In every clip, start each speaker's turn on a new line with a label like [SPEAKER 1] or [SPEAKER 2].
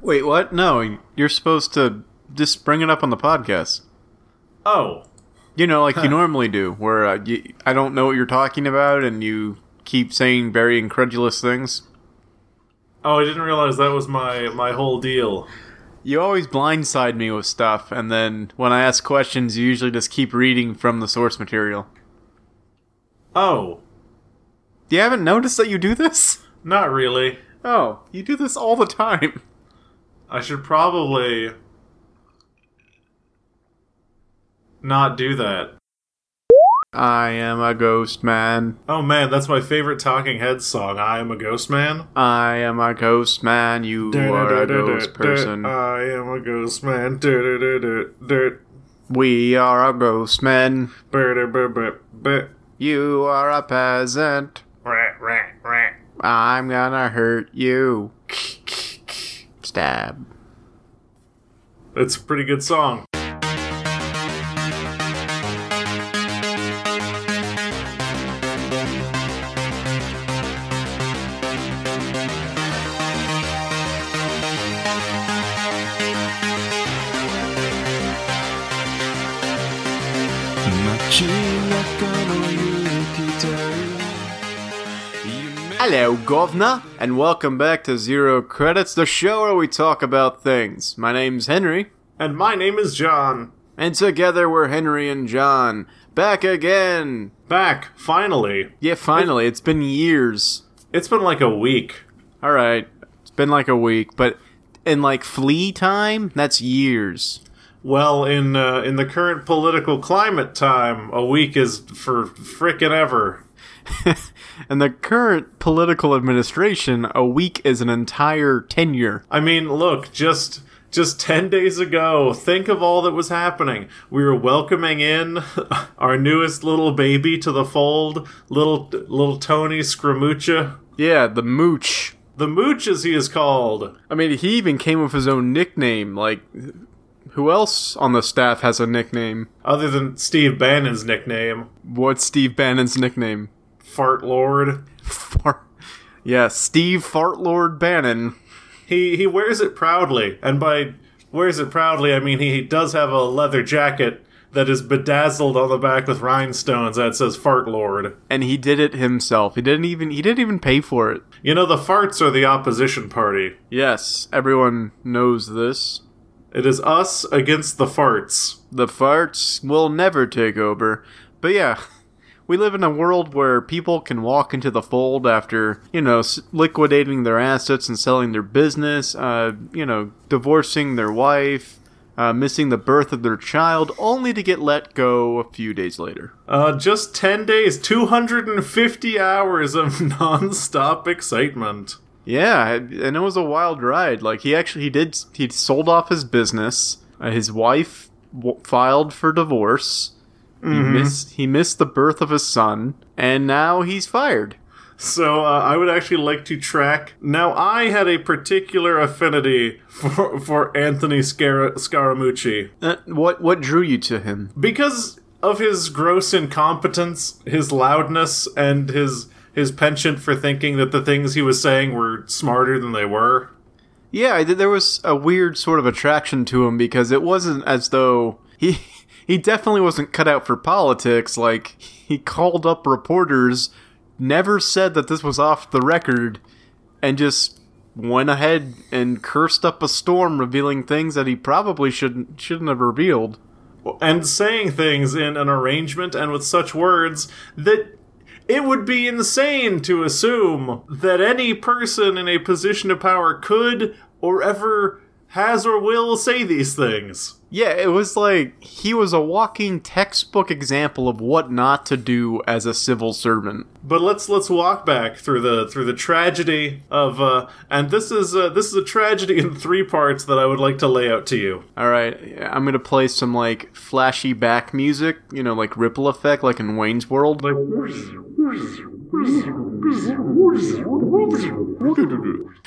[SPEAKER 1] Wait, what? No, you're supposed to just bring it up on the podcast.
[SPEAKER 2] Oh,
[SPEAKER 1] You know, like you normally do, where uh, you, I don't know what you're talking about and you keep saying very incredulous things.
[SPEAKER 2] oh, I didn't realize that was my my whole deal.
[SPEAKER 1] You always blindside me with stuff, and then when I ask questions, you usually just keep reading from the source material.
[SPEAKER 2] Oh,
[SPEAKER 1] You haven't noticed that you do this?
[SPEAKER 2] not really.
[SPEAKER 1] Oh, you do this all the time.
[SPEAKER 2] I should probably not do that.
[SPEAKER 1] I am a ghost man.
[SPEAKER 2] Oh man, that's my favorite Talking Heads song. I am a ghost man.
[SPEAKER 1] I am a ghost man. You are a ghost person.
[SPEAKER 2] I am a ghost man. Du-du-du-du-du.
[SPEAKER 1] We are a ghost man.
[SPEAKER 2] Bur-du-bur-bur-bur.
[SPEAKER 1] You are a peasant.
[SPEAKER 2] Rah, rah, rah.
[SPEAKER 1] I'm gonna hurt you. Stab.
[SPEAKER 2] It's a pretty good song.
[SPEAKER 1] Hello, governor, and welcome back to Zero Credits, the show where we talk about things. My name's Henry,
[SPEAKER 2] And my name is John.
[SPEAKER 1] and together we're Henry and John. Back again!
[SPEAKER 2] Back, finally.
[SPEAKER 1] Yeah, finally, it's been years.
[SPEAKER 2] It's been like a week.
[SPEAKER 1] Alright, it's been like a week, but in like flea time, that's years.
[SPEAKER 2] Well, in uh, in the current political climate time, a week is for frickin' ever.
[SPEAKER 1] And the current political administration, a week is an entire tenure.
[SPEAKER 2] I mean, look, just just 10 days ago, think of all that was happening. We were welcoming in our newest little baby to the fold, little little Tony Scramuccia.
[SPEAKER 1] Yeah, the mooch.
[SPEAKER 2] The Mooch, as he is called.
[SPEAKER 1] I mean, he even came up with his own nickname. Like, who else on the staff has a nickname?
[SPEAKER 2] Other than Steve Bannon's nickname,
[SPEAKER 1] What's Steve Bannon's nickname?
[SPEAKER 2] Fart Lord.
[SPEAKER 1] Fart. Yeah, Steve Fartlord Bannon.
[SPEAKER 2] He he wears it proudly, and by wears it proudly, I mean he does have a leather jacket that is bedazzled on the back with rhinestones that says Fart Lord.
[SPEAKER 1] And he did it himself. He didn't even he didn't even pay for it.
[SPEAKER 2] You know, the farts are the opposition party.
[SPEAKER 1] Yes, everyone knows this.
[SPEAKER 2] It is us against the farts.
[SPEAKER 1] The farts will never take over. But yeah, we live in a world where people can walk into the fold after, you know, s- liquidating their assets and selling their business, uh, you know, divorcing their wife, uh, missing the birth of their child, only to get let go a few days later.
[SPEAKER 2] Uh, just 10 days, 250 hours of non-stop excitement.
[SPEAKER 1] Yeah, and it was a wild ride. Like he actually he did he sold off his business. Uh, his wife w- filed for divorce. He missed he missed the birth of his son, and now he's fired.
[SPEAKER 2] So uh, I would actually like to track. Now I had a particular affinity for for Anthony Scar- Scaramucci
[SPEAKER 1] Uh, what what drew you to him?
[SPEAKER 2] because of his gross incompetence, his loudness, and his his penchant for thinking that the things he was saying were smarter than they were.
[SPEAKER 1] Yeah, I- there was a weird sort of attraction to him because it wasn't as though he he definitely wasn't cut out for politics. Like he called up reporters, never said that this was off the record, and just went ahead and cursed up a storm, revealing things that he probably shouldn't shouldn't have revealed.
[SPEAKER 2] and saying things in an arrangement and with such words that it would be insane to assume that any person in a position of power could or ever has or will say these things.
[SPEAKER 1] Yeah, it was like he was a walking textbook example of what not to do as a civil servant.
[SPEAKER 2] But let's let's walk back through the through the tragedy of uh, and this is uh, this is a tragedy in three parts that I would like to lay out to you.
[SPEAKER 1] All right, I'm gonna play some like flashy back music, you know, like ripple effect, like in Wayne's World.
[SPEAKER 2] Like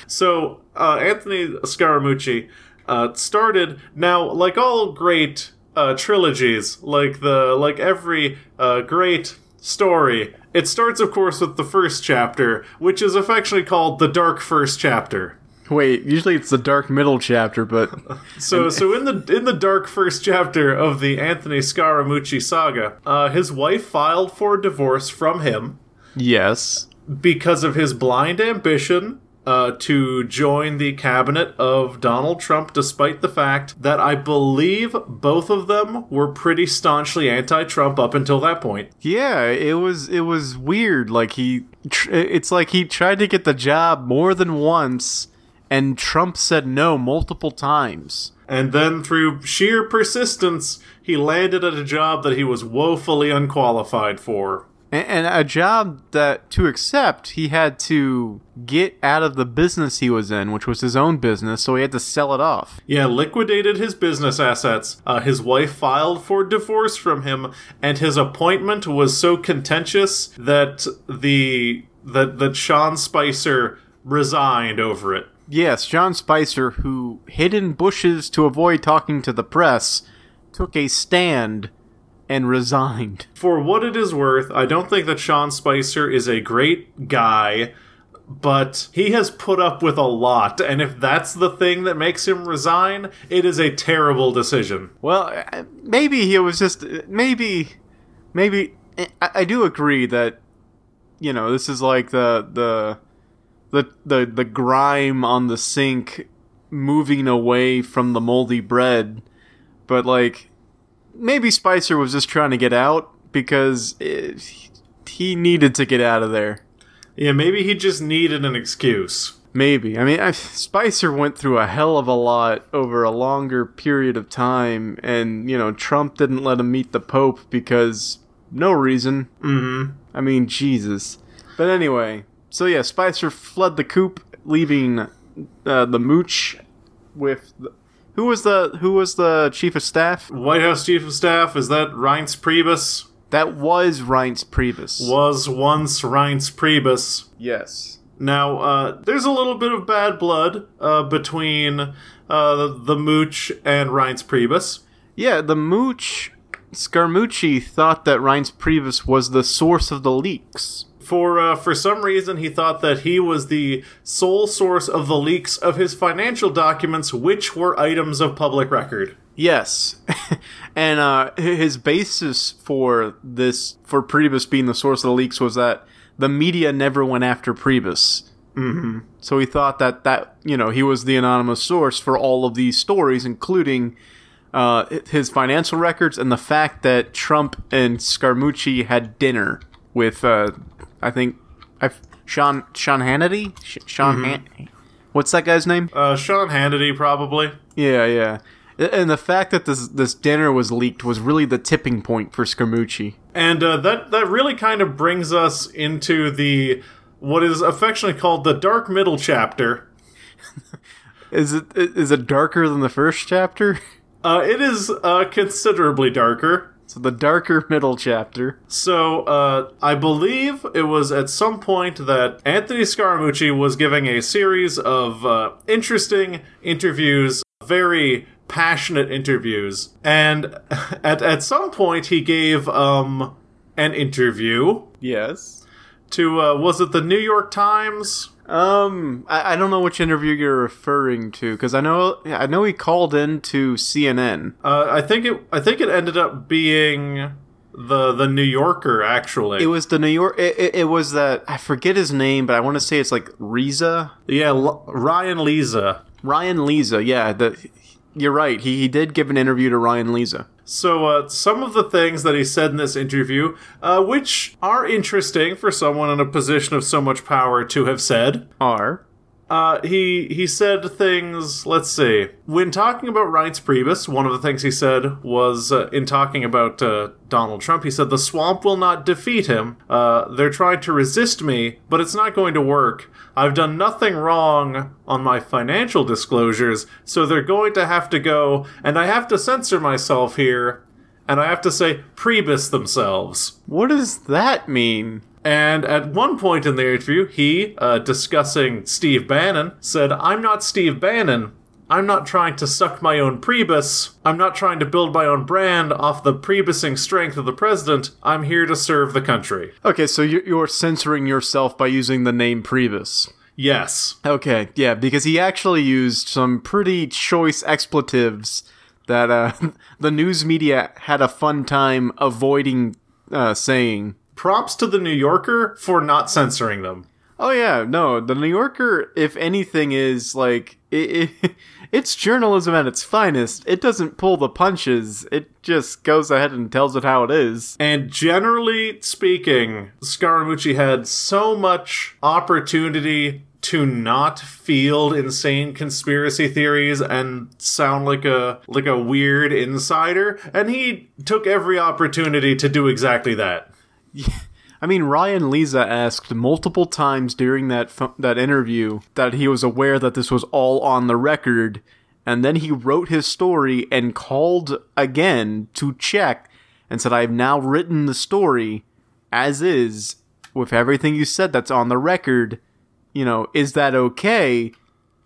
[SPEAKER 2] So, uh, Anthony Scaramucci uh, started now, like all great uh, trilogies, like the like every uh, great story. It starts, of course, with the first chapter, which is affectionately called the Dark First Chapter.
[SPEAKER 1] Wait, usually it's the dark middle chapter, but
[SPEAKER 2] So, so in the in the dark first chapter of the Anthony Scaramucci saga, uh, his wife filed for divorce from him
[SPEAKER 1] yes.
[SPEAKER 2] because of his blind ambition uh, to join the cabinet of Donald Trump, despite the fact that I believe both of them were pretty staunchly anti-Trump up until that point.
[SPEAKER 1] Yeah, it was it was weird. Like he, tr- it's like he tried to get the job more than once, and Trump said no multiple times.
[SPEAKER 2] And then, through sheer persistence, he landed at a job that he was woefully unqualified for.
[SPEAKER 1] And, and a job that to accept, he had to get out of the business he was in, which was his own business, so he had to sell it off.
[SPEAKER 2] Yeah, liquidated his business assets. Uh, his wife filed for divorce from him, and his appointment was so contentious that the that that Sean Spicer resigned over it.
[SPEAKER 1] Yes, John Spicer, who hid in bushes to avoid talking to the press, took a stand and resigned.
[SPEAKER 2] For what it is worth, I don't think that Sean Spicer is a great guy, but he has put up with a lot, and if that's the thing that makes him resign, it is a terrible decision.
[SPEAKER 1] Well, I- maybe he was just uh, maybe, maybe I, I do agree that you know this is like the the the the the grime on the sink moving away from the moldy bread, but like maybe Spicer was just trying to get out because it, he needed to get out of there.
[SPEAKER 2] Yeah, maybe he just needed an excuse.
[SPEAKER 1] Maybe. I mean, I, Spicer went through a hell of a lot over a longer period of time, and, you know, Trump didn't let him meet the Pope because no reason. Mm-hmm. I mean, Jesus. But anyway, so yeah, Spicer fled the coop, leaving uh, the mooch with. The, who was the who was the chief of staff?
[SPEAKER 2] White House Chief of Staff, is that Reince Priebus?
[SPEAKER 1] That was Reince Priebus.
[SPEAKER 2] Was once Reince Priebus.
[SPEAKER 1] Yes.
[SPEAKER 2] Now, uh, there's a little bit of bad blood uh, between uh, the Mooch and Reince Priebus.
[SPEAKER 1] Yeah, the mooch Scaramucci thought that Reince Priebus was the source of the leaks.
[SPEAKER 2] For uh, for some reason, he thought that he was the sole source of the leaks of his financial documents, which were items of public record.
[SPEAKER 1] Yes, and uh, hi- his basis for this for Priebus being the source of the leaks was that the media never went after Priebus. Mm-hmm. So he thought that that you know he was the anonymous source for all of these stories, including uh, hi- his financial records and the fact that Trump and Scaramucci had dinner with uh, I think I Sean Sean Hannity Sh- Sean Han- what's that guy's name?
[SPEAKER 2] Uh, Sean Hannity, probably.
[SPEAKER 1] Yeah, yeah. A- And the fact that this this dinner was leaked was really the tipping point for Scaramucci.
[SPEAKER 2] And uh, that that really kind of brings us into the what is affectionately called the dark middle chapter.
[SPEAKER 1] Is it is it darker than the first chapter?
[SPEAKER 2] Uh, it is uh, considerably darker.
[SPEAKER 1] So the darker middle chapter.
[SPEAKER 2] So uh, I believe it was at some point that Anthony Scaramucci was giving a series of uh, interesting interviews, very passionate interviews, and at at some point he gave um, an interview
[SPEAKER 1] Yes.
[SPEAKER 2] to uh, was it the New York Times?
[SPEAKER 1] Um, I, I don't know which interview you're referring to because I know I know he called in to CNN.
[SPEAKER 2] Uh, I think it. I think it ended up being the the New Yorker actually.
[SPEAKER 1] It was the New York. It, it, it was that I forget his name, but I want to say it's like Riza
[SPEAKER 2] yeah, L- Ryan Lisa.
[SPEAKER 1] Ryan Lisa. Yeah, the, you're right. He he did give an interview to Ryan Lisa.
[SPEAKER 2] So uh, some of the things that he said in this interview, uh, which are interesting for someone in a position of so much power to have said,
[SPEAKER 1] R.
[SPEAKER 2] uh, he he said things. Let's see. When talking about Reince Priebus, one of the things he said was uh, in talking about uh, Donald Trump. He said the swamp will not defeat him. Uh, they're trying to resist me, but it's not going to work. I've done nothing wrong on my financial disclosures, so they're going to have to go, and I have to censor myself here, and I have to say Priebus themselves.
[SPEAKER 1] What does that mean?
[SPEAKER 2] And at one point in the interview, he, uh, discussing Steve Bannon, said, I'm not Steve Bannon. I'm not trying to suck my own Priebus. I'm not trying to build my own brand off the Priebusing strength of the president. I'm here to serve the country.
[SPEAKER 1] Okay, so you're, you're censoring yourself by using the name Priebus.
[SPEAKER 2] Yes.
[SPEAKER 1] Okay, yeah, because he actually used some pretty choice expletives that uh, the news media had a fun time avoiding uh, saying.
[SPEAKER 2] Props to the New Yorker for not censoring them.
[SPEAKER 1] Oh yeah, no, the New Yorker, if anything, is like it, it, it's journalism at its finest. It doesn't pull the punches. It just goes ahead and tells it how it is.
[SPEAKER 2] And generally speaking, Scaramucci had so much opportunity to not field insane conspiracy theories and sound like a like a weird insider, and he took every opportunity to do exactly that.
[SPEAKER 1] I mean, Ryan Lisa asked multiple times during that pho- that interview that he was aware that this was all on the record, and then he wrote his story and called again to check and said, "I've now written the story as is with everything you said that's on the record. You know, is that okay?"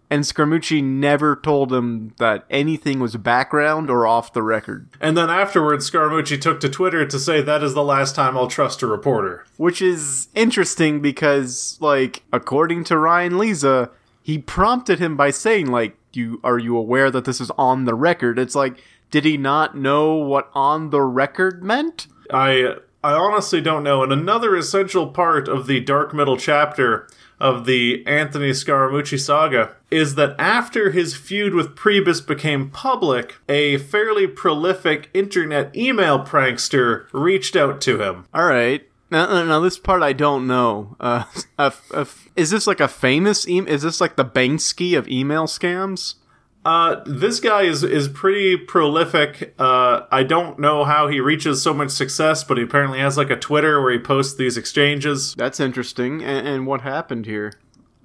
[SPEAKER 1] And Scaramucci never told him that anything was background or off the record.
[SPEAKER 2] And then afterwards, Scaramucci took to Twitter to say that is the last time I'll trust a reporter.
[SPEAKER 1] Which is interesting because, like, according to Ryan Lisa, he prompted him by saying, like, you are you aware that this is on the record? It's like, did he not know what on the record meant?
[SPEAKER 2] I I honestly don't know. And another essential part of the dark middle chapter of the Anthony Scaramucci saga is that after his feud with Priebus became public, a fairly prolific internet email prankster reached out to him.
[SPEAKER 1] All right. Now, now- now this part I don't know. Uh, a f- a f- is this like a famous? E- is this like the Banksy of email scams?
[SPEAKER 2] Uh, this guy is is pretty prolific. Uh, I don't know how he reaches so much success, but he apparently has like a Twitter where he posts these exchanges.
[SPEAKER 1] That's interesting. And, and what happened here?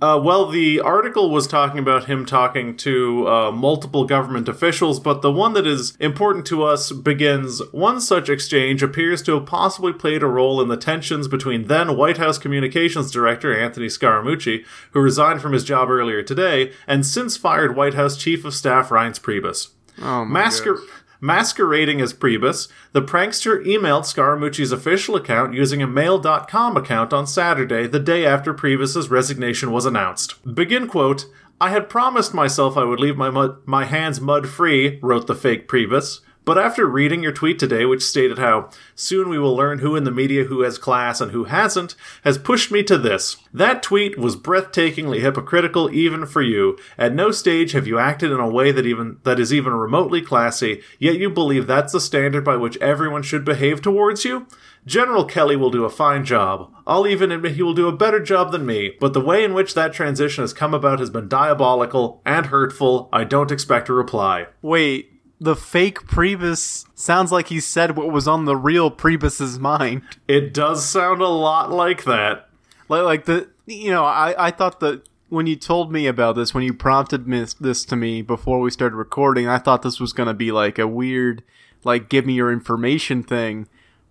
[SPEAKER 2] Uh, well, the article was talking about him talking to uh, multiple government officials, but the one that is important to us begins one such exchange appears to have possibly played a role in the tensions between then White House Communications Director Anthony Scaramucci, who resigned from his job earlier today, and since fired White House Chief of Staff Reince Priebus.
[SPEAKER 1] Oh my
[SPEAKER 2] Masquer- masquerading as Priebus, the prankster emailed Scaramucci's official account using a mail.com account on Saturday, the day after Priebus's resignation was announced. Begin quote, I had promised myself I would leave my, mud- my hands mud free, wrote the fake Priebus. But after reading your tweet today, which stated how soon we will learn who in the media who has class and who hasn't, has pushed me to this. That tweet was breathtakingly hypocritical even for you. At no stage have you acted in a way that even that is even remotely classy, yet you believe that's the standard by which everyone should behave towards you? General Kelly will do a fine job. I'll even admit he will do a better job than me, but the way in which that transition has come about has been diabolical and hurtful. I don't expect a reply.
[SPEAKER 1] Wait, the fake Priebus sounds like he said what was on the real Priebus's mind.
[SPEAKER 2] It does sound a lot like that.
[SPEAKER 1] Like, like the you know, I I thought that when you told me about this, when you prompted mis- this to me before we started recording, I thought this was gonna be like a weird, like give me your information thing,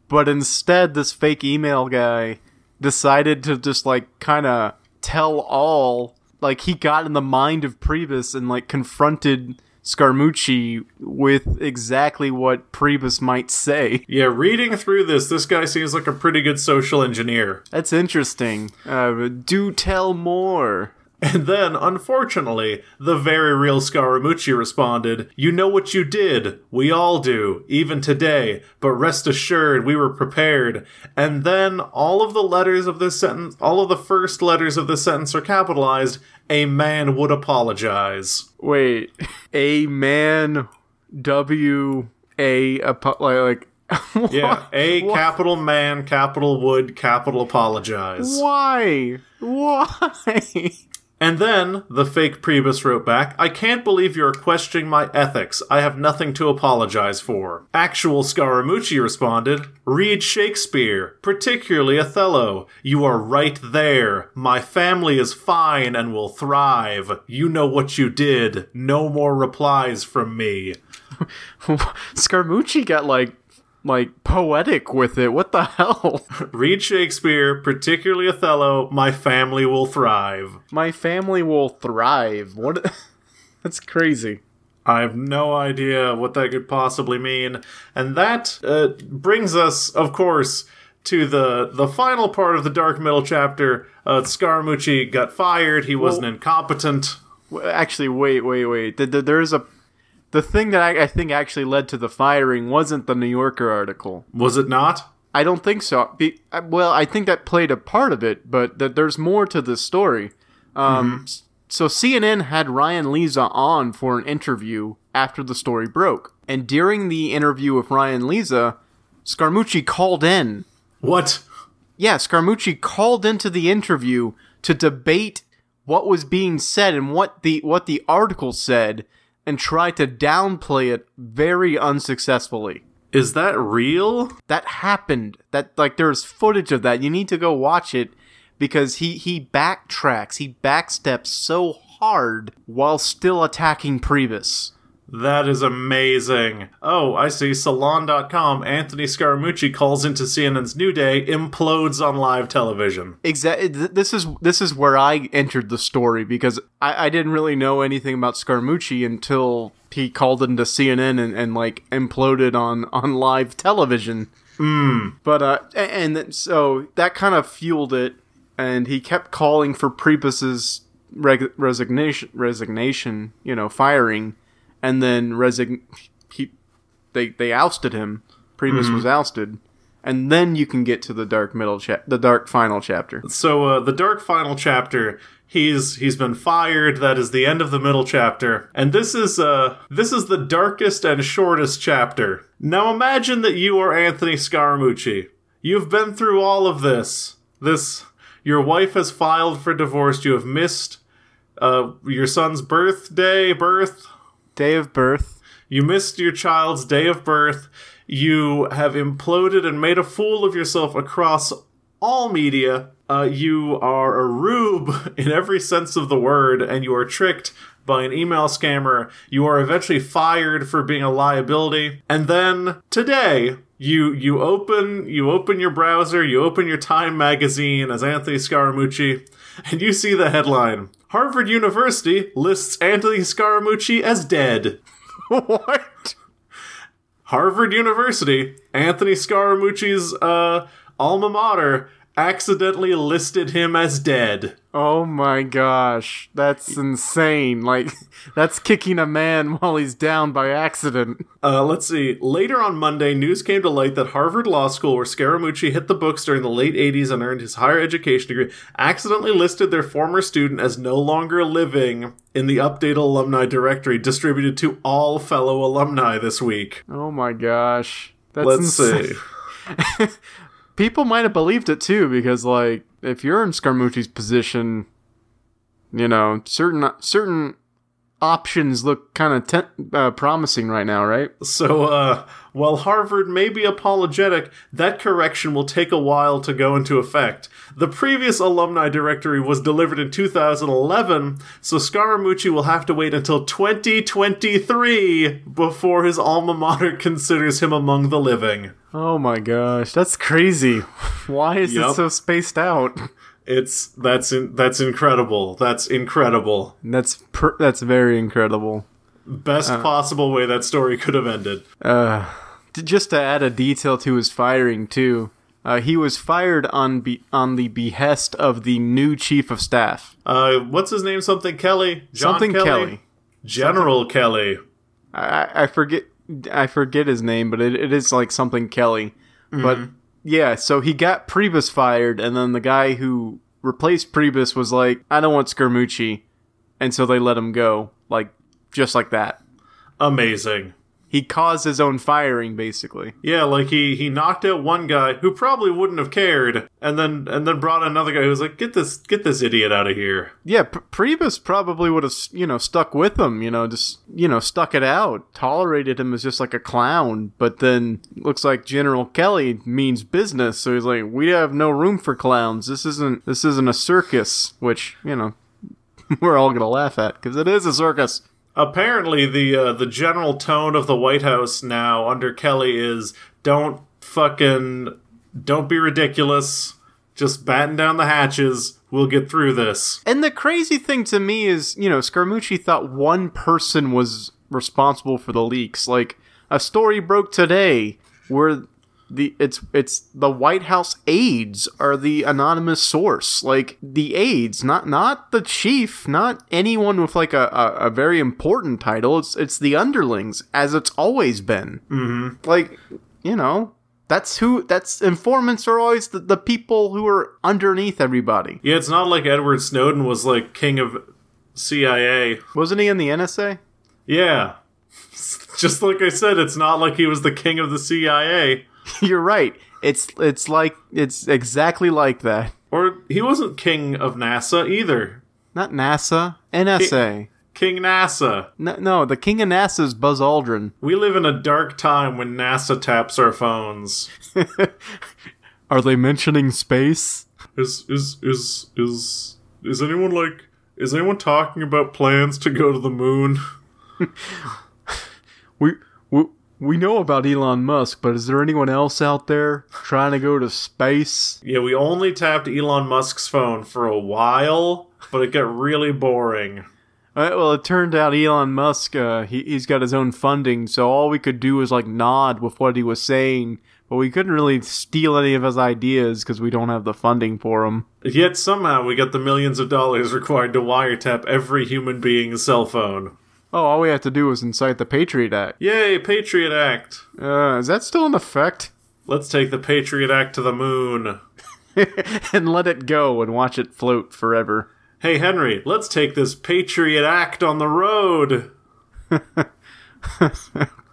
[SPEAKER 1] but instead, this fake email guy decided to just like kind of tell all. Like he got in the mind of Priebus and like confronted Scaramucci with exactly what Priebus might say.
[SPEAKER 2] Yeah, reading through this, this guy seems like a pretty good social engineer.
[SPEAKER 1] That's interesting. Uh, do tell more.
[SPEAKER 2] And then, unfortunately, the very real Scaramucci responded, You know what you did. We all do, even today. But rest assured, we were prepared. And then all of the letters of this sentence, all of the first letters of this sentence are capitalized. A man would apologize.
[SPEAKER 1] Wait, a man, W A apo- like like.
[SPEAKER 2] Yeah, a
[SPEAKER 1] Why?
[SPEAKER 2] capital man, capital would, capital apologize.
[SPEAKER 1] Why? Why?
[SPEAKER 2] And then the fake Priebus wrote back, I can't believe you're questioning my ethics. I have nothing to apologize for. Actual Scaramucci responded, Read Shakespeare, particularly Othello. You are right there. My family is fine and will thrive. You know what you did. No more replies from me.
[SPEAKER 1] Scaramucci got like like poetic with it. What the hell?
[SPEAKER 2] Read Shakespeare, particularly Othello. My family will thrive.
[SPEAKER 1] My family will thrive. What? That's crazy.
[SPEAKER 2] I have no idea what that could possibly mean. And that uh, brings us, of course, to the the final part of the dark metal chapter. Uh, Scaramucci got fired. He was an
[SPEAKER 1] Well-
[SPEAKER 2] incompetent.
[SPEAKER 1] W- Actually, wait, wait, wait. Th- th- there is a the thing that I, I think actually led to the firing wasn't the New Yorker article.
[SPEAKER 2] Was it not?
[SPEAKER 1] I don't think so. Be, uh, well, I think that played a part of it, but that there's more to the story. Um, s- So CNN had Ryan Leza on for an interview after the story broke, and during the interview with Ryan Leza, Scaramucci called in.
[SPEAKER 2] What?
[SPEAKER 1] Yeah, Scaramucci called into the interview to debate what was being said and what the what the article said, and tried to downplay it very unsuccessfully
[SPEAKER 2] Is that real?
[SPEAKER 1] that happened that like there's footage of that you need to go watch it because he he backtracks he backsteps so hard while still attacking priebus
[SPEAKER 2] That is amazing. Oh, I see. Salon.com. Anthony Scaramucci calls into CNN's New Day, implodes on live television.
[SPEAKER 1] exactly this is this is where i entered the story because i i didn't really know anything about scaramucci until he called into cnn and, and like imploded on on live television But uh, a- and then- so that kind of fueled it, and he kept calling for Priebus's reg- resignation, resignation, you know, firing, and then resign. He, they they ousted him. Priebus was ousted, and then you can get to the dark middle chap, the dark final chapter.
[SPEAKER 2] So uh, the dark final chapter. He's he's been fired. That is the end of the middle chapter, and this is uh this is the darkest and shortest chapter. Now imagine that you are Anthony Scaramucci. You've been through all of this. This your wife has filed for divorce. You have missed uh your son's birthday birth.
[SPEAKER 1] Day of birth.
[SPEAKER 2] You missed your child's day of birth. You have imploded and made a fool of yourself across all media. Uh, you are a rube in every sense of the word, and you are tricked by an email scammer. You are eventually fired for being a liability, and then today you you open you open your browser, you open your Time magazine as Anthony Scaramucci, and you see the headline: Harvard University lists Anthony Scaramucci as dead.
[SPEAKER 1] what?
[SPEAKER 2] Harvard University, Anthony Scaramucci's uh, alma mater, accidentally listed him as dead.
[SPEAKER 1] Oh my gosh, that's insane! Like that's kicking a man while he's down by accident.
[SPEAKER 2] Uh, let's see. Later on Monday, news came to light that Harvard Law School, where Scaramucci hit the books during the late 80s and earned his higher education degree, accidentally listed their former student as no longer living in the updated alumni directory distributed to all fellow alumni this week.
[SPEAKER 1] Oh my gosh, that's
[SPEAKER 2] Let's
[SPEAKER 1] insane.
[SPEAKER 2] see.
[SPEAKER 1] people might have believed it too because like if you're in Scaramucci's position, you know certain certain options look kind of te- uh, promising right now, right?
[SPEAKER 2] So, uh, while Harvard may be apologetic, that correction will take a while to go into effect. The previous alumni directory was delivered in 2011, so Scaramucci will have to wait until 2023 before his alma mater considers him among the living.
[SPEAKER 1] Oh my gosh, that's crazy. Why is
[SPEAKER 2] Yup.
[SPEAKER 1] it so spaced out?
[SPEAKER 2] It's that's in, that's incredible. That's incredible.
[SPEAKER 1] That's per- that's very incredible.
[SPEAKER 2] Best
[SPEAKER 1] Uh,
[SPEAKER 2] possible way that story could have ended.
[SPEAKER 1] J- Just to add a detail to his firing too. Uh, he was fired on be- on the behest of the new chief of staff,
[SPEAKER 2] Uh, what's his name? Something Kelly. John
[SPEAKER 1] something Kelly.
[SPEAKER 2] General Kelly.
[SPEAKER 1] I, I forget I forget his name, but it, it is like something Kelly. But yeah, so he got Priebus fired, and then the guy who replaced Priebus was like, "I don't want Scaramucci," and so they let him go, like just like that.
[SPEAKER 2] Amazing.
[SPEAKER 1] He caused his own firing, basically.
[SPEAKER 2] Yeah, like he he knocked out one guy who probably wouldn't have cared, and then and then brought another guy who was like, "Get this get this idiot out of here."
[SPEAKER 1] Yeah, P- Priebus probably would have you know stuck with him, you know, just you know stuck it out, tolerated him as just like a clown. But then looks like General Kelly means business, so he's like, we have no room for clowns. This isn't this isn't a circus, which you know we're all gonna laugh at because it is a circus.
[SPEAKER 2] Apparently, the uh, the general tone of the White House now under Kelly is don't fucking don't be ridiculous. Just batten down the hatches. We'll get through this.
[SPEAKER 1] And the crazy thing to me is, you know, Scaramucci thought one person was responsible for the leaks. Like a story broke today where the it's it's the White House aides are the anonymous source, like the aides, not not the chief, not anyone with like a, a, a very important title. It's it's the underlings, as it's always been. Mm-hmm. Like you know, that's who that's informants are always the, the people who are underneath everybody.
[SPEAKER 2] Yeah, it's not like Edward Snowden was like king of CIA.
[SPEAKER 1] Wasn't he in the NSA?
[SPEAKER 2] Yeah. Just like I said, it's not like he was the king of the CIA.
[SPEAKER 1] You're right. It's it's like it's exactly like that.
[SPEAKER 2] Or he wasn't king of NASA either.
[SPEAKER 1] Not NASA, NSA.
[SPEAKER 2] King NASA.
[SPEAKER 1] No, no the king of NASA is Buzz Aldrin.
[SPEAKER 2] We live in a dark time when NASA taps our phones.
[SPEAKER 1] Are they mentioning space?
[SPEAKER 2] Is is is is is anyone like is anyone talking about plans to go to the moon?
[SPEAKER 1] we we we know about Elon Musk, but is there anyone else out there trying to go to space?
[SPEAKER 2] Yeah, we only tapped Elon Musk's phone for a while, but it got really boring.
[SPEAKER 1] All right, Uh, well, it turned out Elon Musk uh, he he's got his own funding, so all we could do was like nod with what he was saying, but we couldn't really steal any of his ideas because we don't have the funding for him.
[SPEAKER 2] Yet somehow we got the millions of dollars required to wiretap every human being's cell phone.
[SPEAKER 1] Oh, all we have to do is incite the Patriot Act.
[SPEAKER 2] Yay, Patriot Act!
[SPEAKER 1] Uh, is that still in effect?
[SPEAKER 2] Let's take the Patriot Act to the moon.
[SPEAKER 1] and let it go and watch it float forever.
[SPEAKER 2] Hey, Henry, let's take this Patriot Act on the road!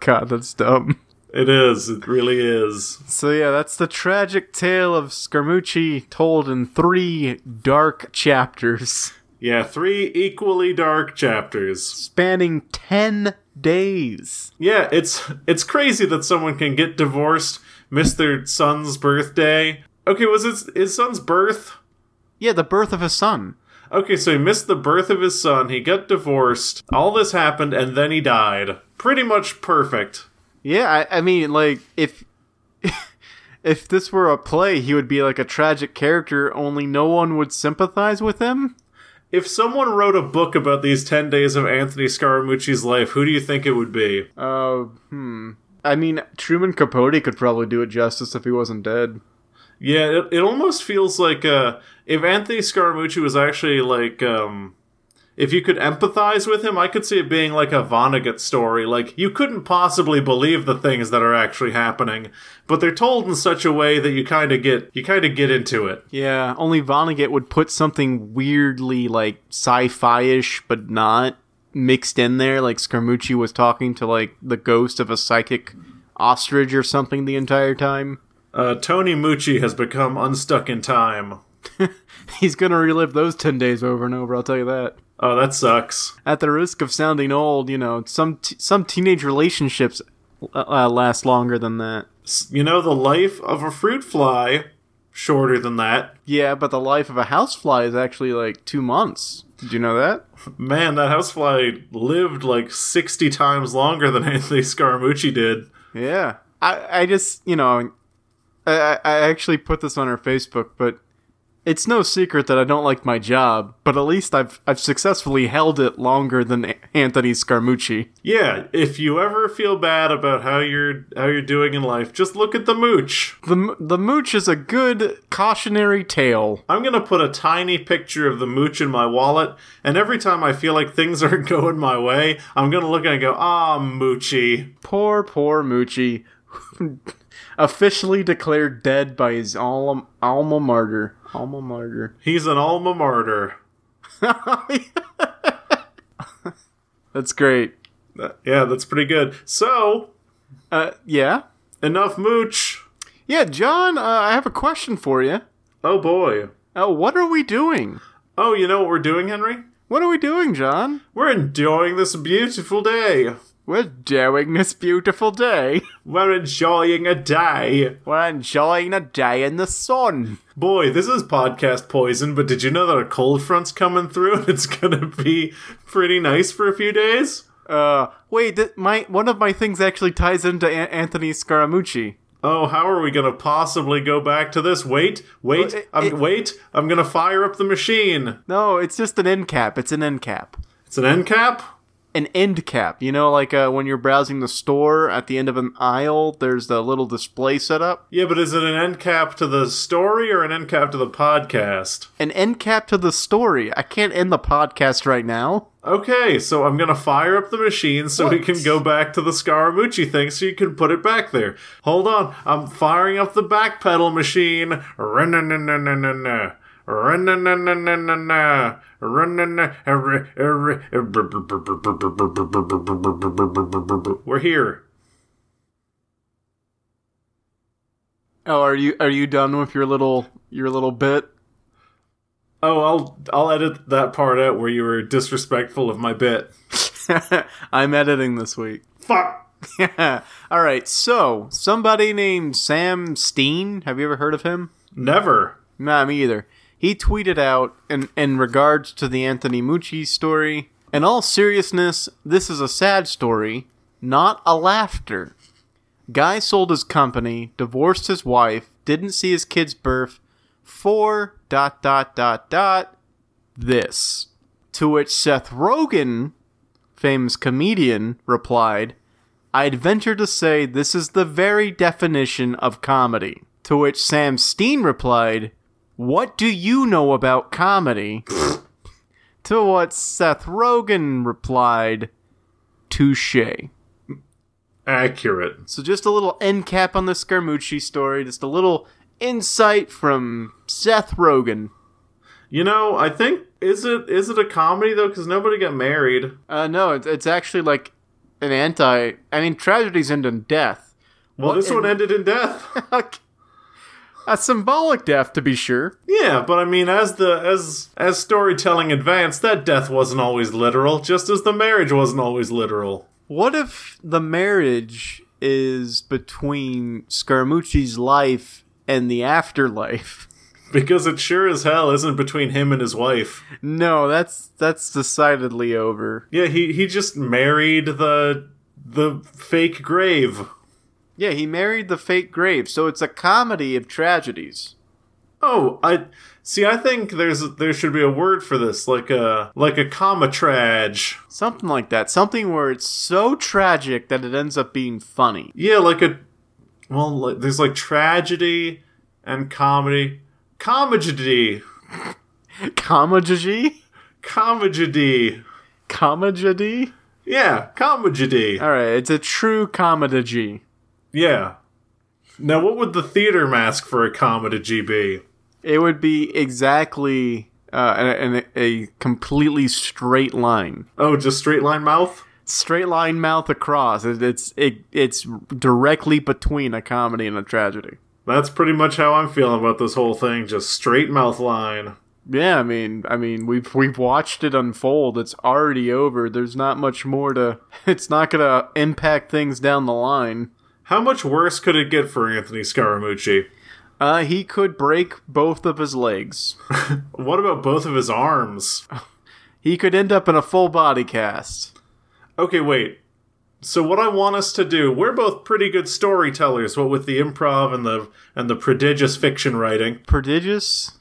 [SPEAKER 1] God, that's dumb.
[SPEAKER 2] It is. It really is.
[SPEAKER 1] So yeah, that's the tragic tale of Scaramucci told in three dark chapters.
[SPEAKER 2] Yeah, three equally dark chapters.
[SPEAKER 1] spanning 10 days.
[SPEAKER 2] Yeah, it's it's crazy that someone can get divorced, miss their son's birthday. Okay, was his his son's birth?
[SPEAKER 1] Yeah, the birth of a son.
[SPEAKER 2] Okay, so he missed the birth of his son, he got divorced, all this happened, and then he died. Pretty much perfect.
[SPEAKER 1] Yeah, I, I mean, like, if. If this were a play, he would be like a tragic character, only no one would sympathize with him.
[SPEAKER 2] If someone wrote a book about these 10 days of Anthony Scaramucci's life, who do you think it would be?
[SPEAKER 1] Uh, hmm. I mean, Truman Capote could probably do it justice if he wasn't dead.
[SPEAKER 2] Yeah, it, it almost feels like uh, if Anthony Scaramucci was actually like. Um, if you could empathize with him, I could see it being like a Vonnegut story. Like, you couldn't possibly believe the things that are actually happening, but they're told in such a way that you kind of get you kind of get into it.
[SPEAKER 1] Yeah, only Vonnegut would put something weirdly like sci-fi-ish, but not mixed in there. Like Scaramucci was talking to like the ghost of a psychic ostrich or something the entire time.
[SPEAKER 2] Uh, Tony Mucci has become unstuck in time.
[SPEAKER 1] He's gonna relive those ten days over and over. I'll tell you that.
[SPEAKER 2] Oh, that sucks.
[SPEAKER 1] At the risk of sounding old, you know, some t- some teenage relationships uh, uh, last longer than that.
[SPEAKER 2] S- You know, the life of a fruit fly shorter than that.
[SPEAKER 1] Yeah, but the life of a housefly is actually like two months. Did you know that?
[SPEAKER 2] Man, that housefly lived like 60 times longer than Anthony Scaramucci did.
[SPEAKER 1] Yeah, I I just you know, I I I actually put this on our Facebook, but it's no secret that I don't like my job. But at least I've I've successfully held it longer than A- Anthony Scaramucci.
[SPEAKER 2] Yeah, if you ever feel bad about how you're how you're doing in life, just look at the mooch.
[SPEAKER 1] The m- the mooch is a good cautionary tale.
[SPEAKER 2] I'm gonna put a tiny picture of the mooch in my wallet, and every time I feel like things aren't going my way, I'm gonna look and go, ah, moochie.
[SPEAKER 1] Poor poor Moochie, officially declared dead by his alma alma mater. Alma mater.
[SPEAKER 2] He's an alma martyr.
[SPEAKER 1] That's great.
[SPEAKER 2] Uh, Yeah, that's pretty good. So,
[SPEAKER 1] Uh, yeah,
[SPEAKER 2] enough mooch.
[SPEAKER 1] yeah, John. Uh, I have a question for you.
[SPEAKER 2] Oh boy.
[SPEAKER 1] Uh, what are we doing?
[SPEAKER 2] Oh, you know what we're doing, Henry?
[SPEAKER 1] What are we doing, John?
[SPEAKER 2] We're enjoying this beautiful day.
[SPEAKER 1] We're doing this beautiful day.
[SPEAKER 2] We're enjoying a day.
[SPEAKER 1] We're enjoying a day in the sun.
[SPEAKER 2] Boy, this is podcast poison, but did you know that a cold front's coming through and it's gonna be pretty nice for a few days?
[SPEAKER 1] Uh, wait, th- my one of my things actually ties into a- Anthony Scaramucci.
[SPEAKER 2] Oh, how are we gonna possibly go back to this? Wait, wait,
[SPEAKER 1] Well, it-
[SPEAKER 2] I'm,
[SPEAKER 1] it-
[SPEAKER 2] wait, I'm gonna fire up the machine.
[SPEAKER 1] No, it's just an end cap. It's an end cap.
[SPEAKER 2] It's an end cap?
[SPEAKER 1] an end cap. You know, like uh, when you're browsing the store at the end of an aisle, there's the little display set up.
[SPEAKER 2] Yeah, but is it an end cap to the story or an end cap to the podcast?
[SPEAKER 1] An end cap to the story. I can't end the podcast right now.
[SPEAKER 2] Okay, so I'm gonna fire up the machine so we
[SPEAKER 1] What?
[SPEAKER 2] can go back to the Scaramucci thing so you can put it back there. Hold on, I'm firing up the backpedal machine. Run-na-na-na-na-na-na. Run-na-na-na-na-na-na. Run-na-na- er- er- er- We're here.
[SPEAKER 1] Oh, are you are you done with your little your little bit?
[SPEAKER 2] Oh, I'll I'll edit that part out where you were disrespectful of my bit.
[SPEAKER 1] I'm editing this week.
[SPEAKER 2] Fuck.
[SPEAKER 1] All right, so somebody named Sam Steen. Have you ever heard of him?
[SPEAKER 2] Never.
[SPEAKER 1] Nah, me either. He tweeted out in, in regards to the Anthony Mucci story. In all seriousness, this is a sad story, not a laughter. Guy sold his company, divorced his wife, didn't see his kid's birth, for dot dot dot dot this. To which Seth Rogen, famous comedian, replied, I'd venture to say this is the very definition of comedy. To which Sam Steen replied, What do you know about comedy? to what Seth Rogen replied, Touche.
[SPEAKER 2] Accurate.
[SPEAKER 1] So just a little end cap on the Scaramucci story, just a little insight from Seth Rogen.
[SPEAKER 2] You know, I think is it is it a comedy though? Because nobody got married.
[SPEAKER 1] Uh, no, it's, it's actually like an anti. I mean, tragedies end in death.
[SPEAKER 2] Well, this
[SPEAKER 1] in-
[SPEAKER 2] one ended in death.
[SPEAKER 1] a symbolic death, to be sure.
[SPEAKER 2] yeah, but I mean, as the as as storytelling advanced, that death wasn't always literal, just as the marriage wasn't always literal.
[SPEAKER 1] What if the marriage is between Scaramucci's life and the afterlife?
[SPEAKER 2] Because it sure as hell isn't between him and his wife.
[SPEAKER 1] No, that's that's decidedly over.
[SPEAKER 2] Yeah, he he just married the the fake grave.
[SPEAKER 1] Yeah, he married the fake grave, so it's a comedy of tragedies.
[SPEAKER 2] Oh, I see. I think there's there should be a word for this, like a like a comatrage.
[SPEAKER 1] Something like that. Something where it's so tragic that it ends up being funny.
[SPEAKER 2] Yeah, like a well, like, there's like tragedy and comedy, comedy,
[SPEAKER 1] Comedy?
[SPEAKER 2] comedy.
[SPEAKER 1] Comedy?
[SPEAKER 2] Yeah, comedy.
[SPEAKER 1] All right, it's a true comedy.
[SPEAKER 2] Yeah. Now, what would the theater mask for a comedy be?
[SPEAKER 1] It would be exactly uh, an, an, a completely straight line.
[SPEAKER 2] Oh, just straight line mouth.
[SPEAKER 1] straight line mouth across. It, it's it, it's directly between a comedy and a tragedy.
[SPEAKER 2] That's pretty much how I'm feeling about this whole thing. Just straight mouth line.
[SPEAKER 1] Yeah, I mean, I mean, we've we've watched it unfold. It's already over. There's not much more to. It's not gonna impact things down the line.
[SPEAKER 2] How much worse could it get for Anthony Scaramucci?
[SPEAKER 1] Uh, he could break both of his legs.
[SPEAKER 2] What about both of his arms?
[SPEAKER 1] He could end up in a full body cast.
[SPEAKER 2] Okay, wait. So what I want us to do, we're both pretty good storytellers, what with the improv and the and the prodigious fiction writing.
[SPEAKER 1] Prodigious.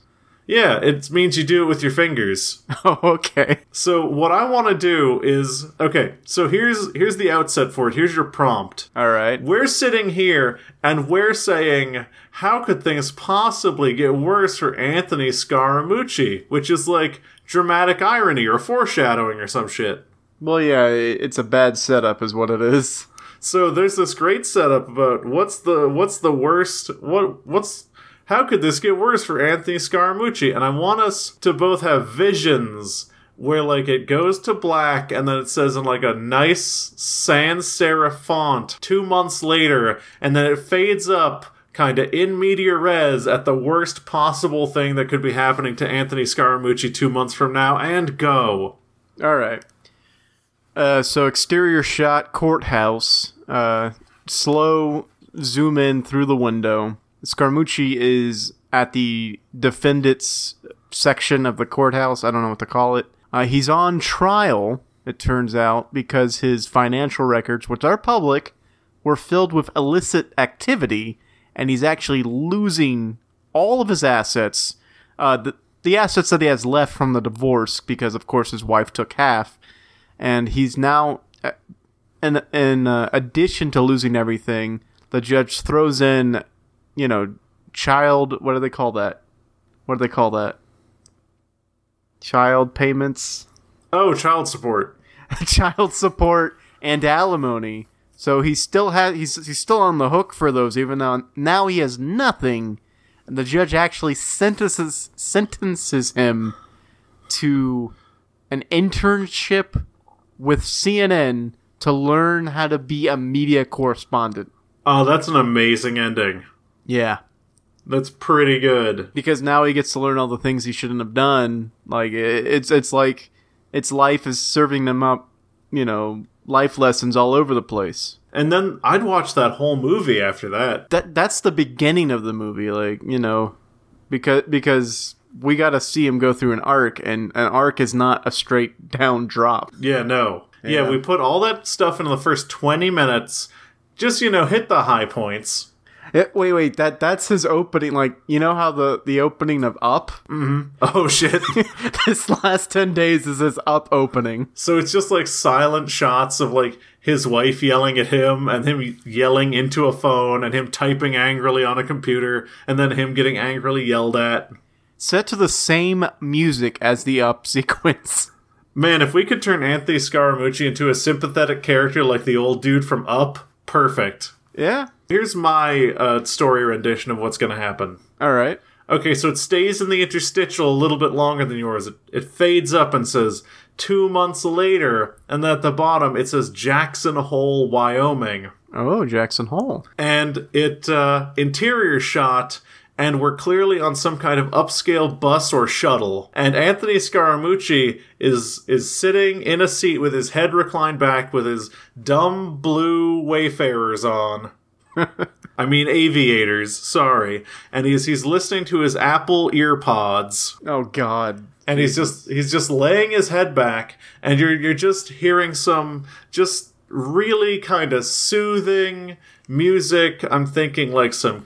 [SPEAKER 2] Yeah, it means you do it with your fingers.
[SPEAKER 1] Oh, okay.
[SPEAKER 2] So what I want to do is okay, so here's here's the outset for it. Here's your prompt.
[SPEAKER 1] All right.
[SPEAKER 2] We're sitting here and we're saying, how could things possibly get worse for Anthony Scaramucci? Which is like dramatic irony or foreshadowing or some shit.
[SPEAKER 1] Well, yeah, i- it's a bad setup, is what it is.
[SPEAKER 2] So there's this great setup about what's the what's the worst what what's how could this get worse for Anthony Scaramucci? And I want us to both have visions where like it goes to black and then it says in like a nice sans serif font two months later and then it fades up kinda in media res at the worst possible thing that could be happening to Anthony Scaramucci two months from now and go.
[SPEAKER 1] All right. Uh, so exterior shot courthouse. Uh, slow zoom in through the window. Scaramucci is at the defendant's section of the courthouse. I don't know what to call it. Uh, he's on trial. It turns out because his financial records, which are public, were filled with illicit activity, and he's actually losing all of his assets. Uh, the, the assets that he has left from the divorce, because of course his wife took half, and he's now, uh, in in uh, addition to losing everything, the judge throws in, you know, child. What do they call that? What do they call that? Child payments,
[SPEAKER 2] Oh, child support.
[SPEAKER 1] child support, and alimony. So he still has he's he's still on the hook for those, even though now he has nothing. And the judge actually sentences sentences him to an internship with CNN to learn how to be a media correspondent.
[SPEAKER 2] Oh, that's an amazing ending.
[SPEAKER 1] Yeah,
[SPEAKER 2] That's pretty good.
[SPEAKER 1] because now he gets to learn all the things he shouldn't have done. Like it, it's it's like its life is serving them up, you know, life lessons all over the place.
[SPEAKER 2] And then I'd watch that whole movie after that.
[SPEAKER 1] That that's the beginning of the movie, like you know, because because we got to see him go through an arc, and an arc is not a straight down drop.
[SPEAKER 2] Yeah, no. Yeah,
[SPEAKER 1] Yeah.
[SPEAKER 2] we put all that stuff into the first 20 minutes. Just, you know, hit the high points.
[SPEAKER 1] Eh, wait, wait, that that's his opening. Like you know how the the opening of Up,
[SPEAKER 2] Oh, shit.
[SPEAKER 1] this last ten days is his Up opening.
[SPEAKER 2] so it's just like silent shots of like his wife yelling at him and him yelling into a phone and him typing angrily on a computer and then him getting angrily yelled at.
[SPEAKER 1] set to the same music as the up sequence.
[SPEAKER 2] Man, if we could turn Anthony Scaramucci into a sympathetic character like the old dude from Up, perfect.
[SPEAKER 1] Yeah.
[SPEAKER 2] Here's my uh, story rendition of what's going to happen.
[SPEAKER 1] All right.
[SPEAKER 2] Okay, so it stays in the interstitial a little bit longer than yours. It, it fades up and says two months later, and then at the bottom it says Jackson Hole, Wyoming,
[SPEAKER 1] Oh, Jackson Hole.
[SPEAKER 2] and it uh, interior shot, and we're clearly on some kind of upscale bus or shuttle. And Anthony Scaramucci is is sitting in a seat with his head reclined back, with his dumb blue wayfarers on. I mean aviators, sorry. And he's he's listening to his Apple ear pods
[SPEAKER 1] Oh God.
[SPEAKER 2] and he's just he's just laying his head back and you're you're just hearing some just really kind of soothing music. I'm thinking like some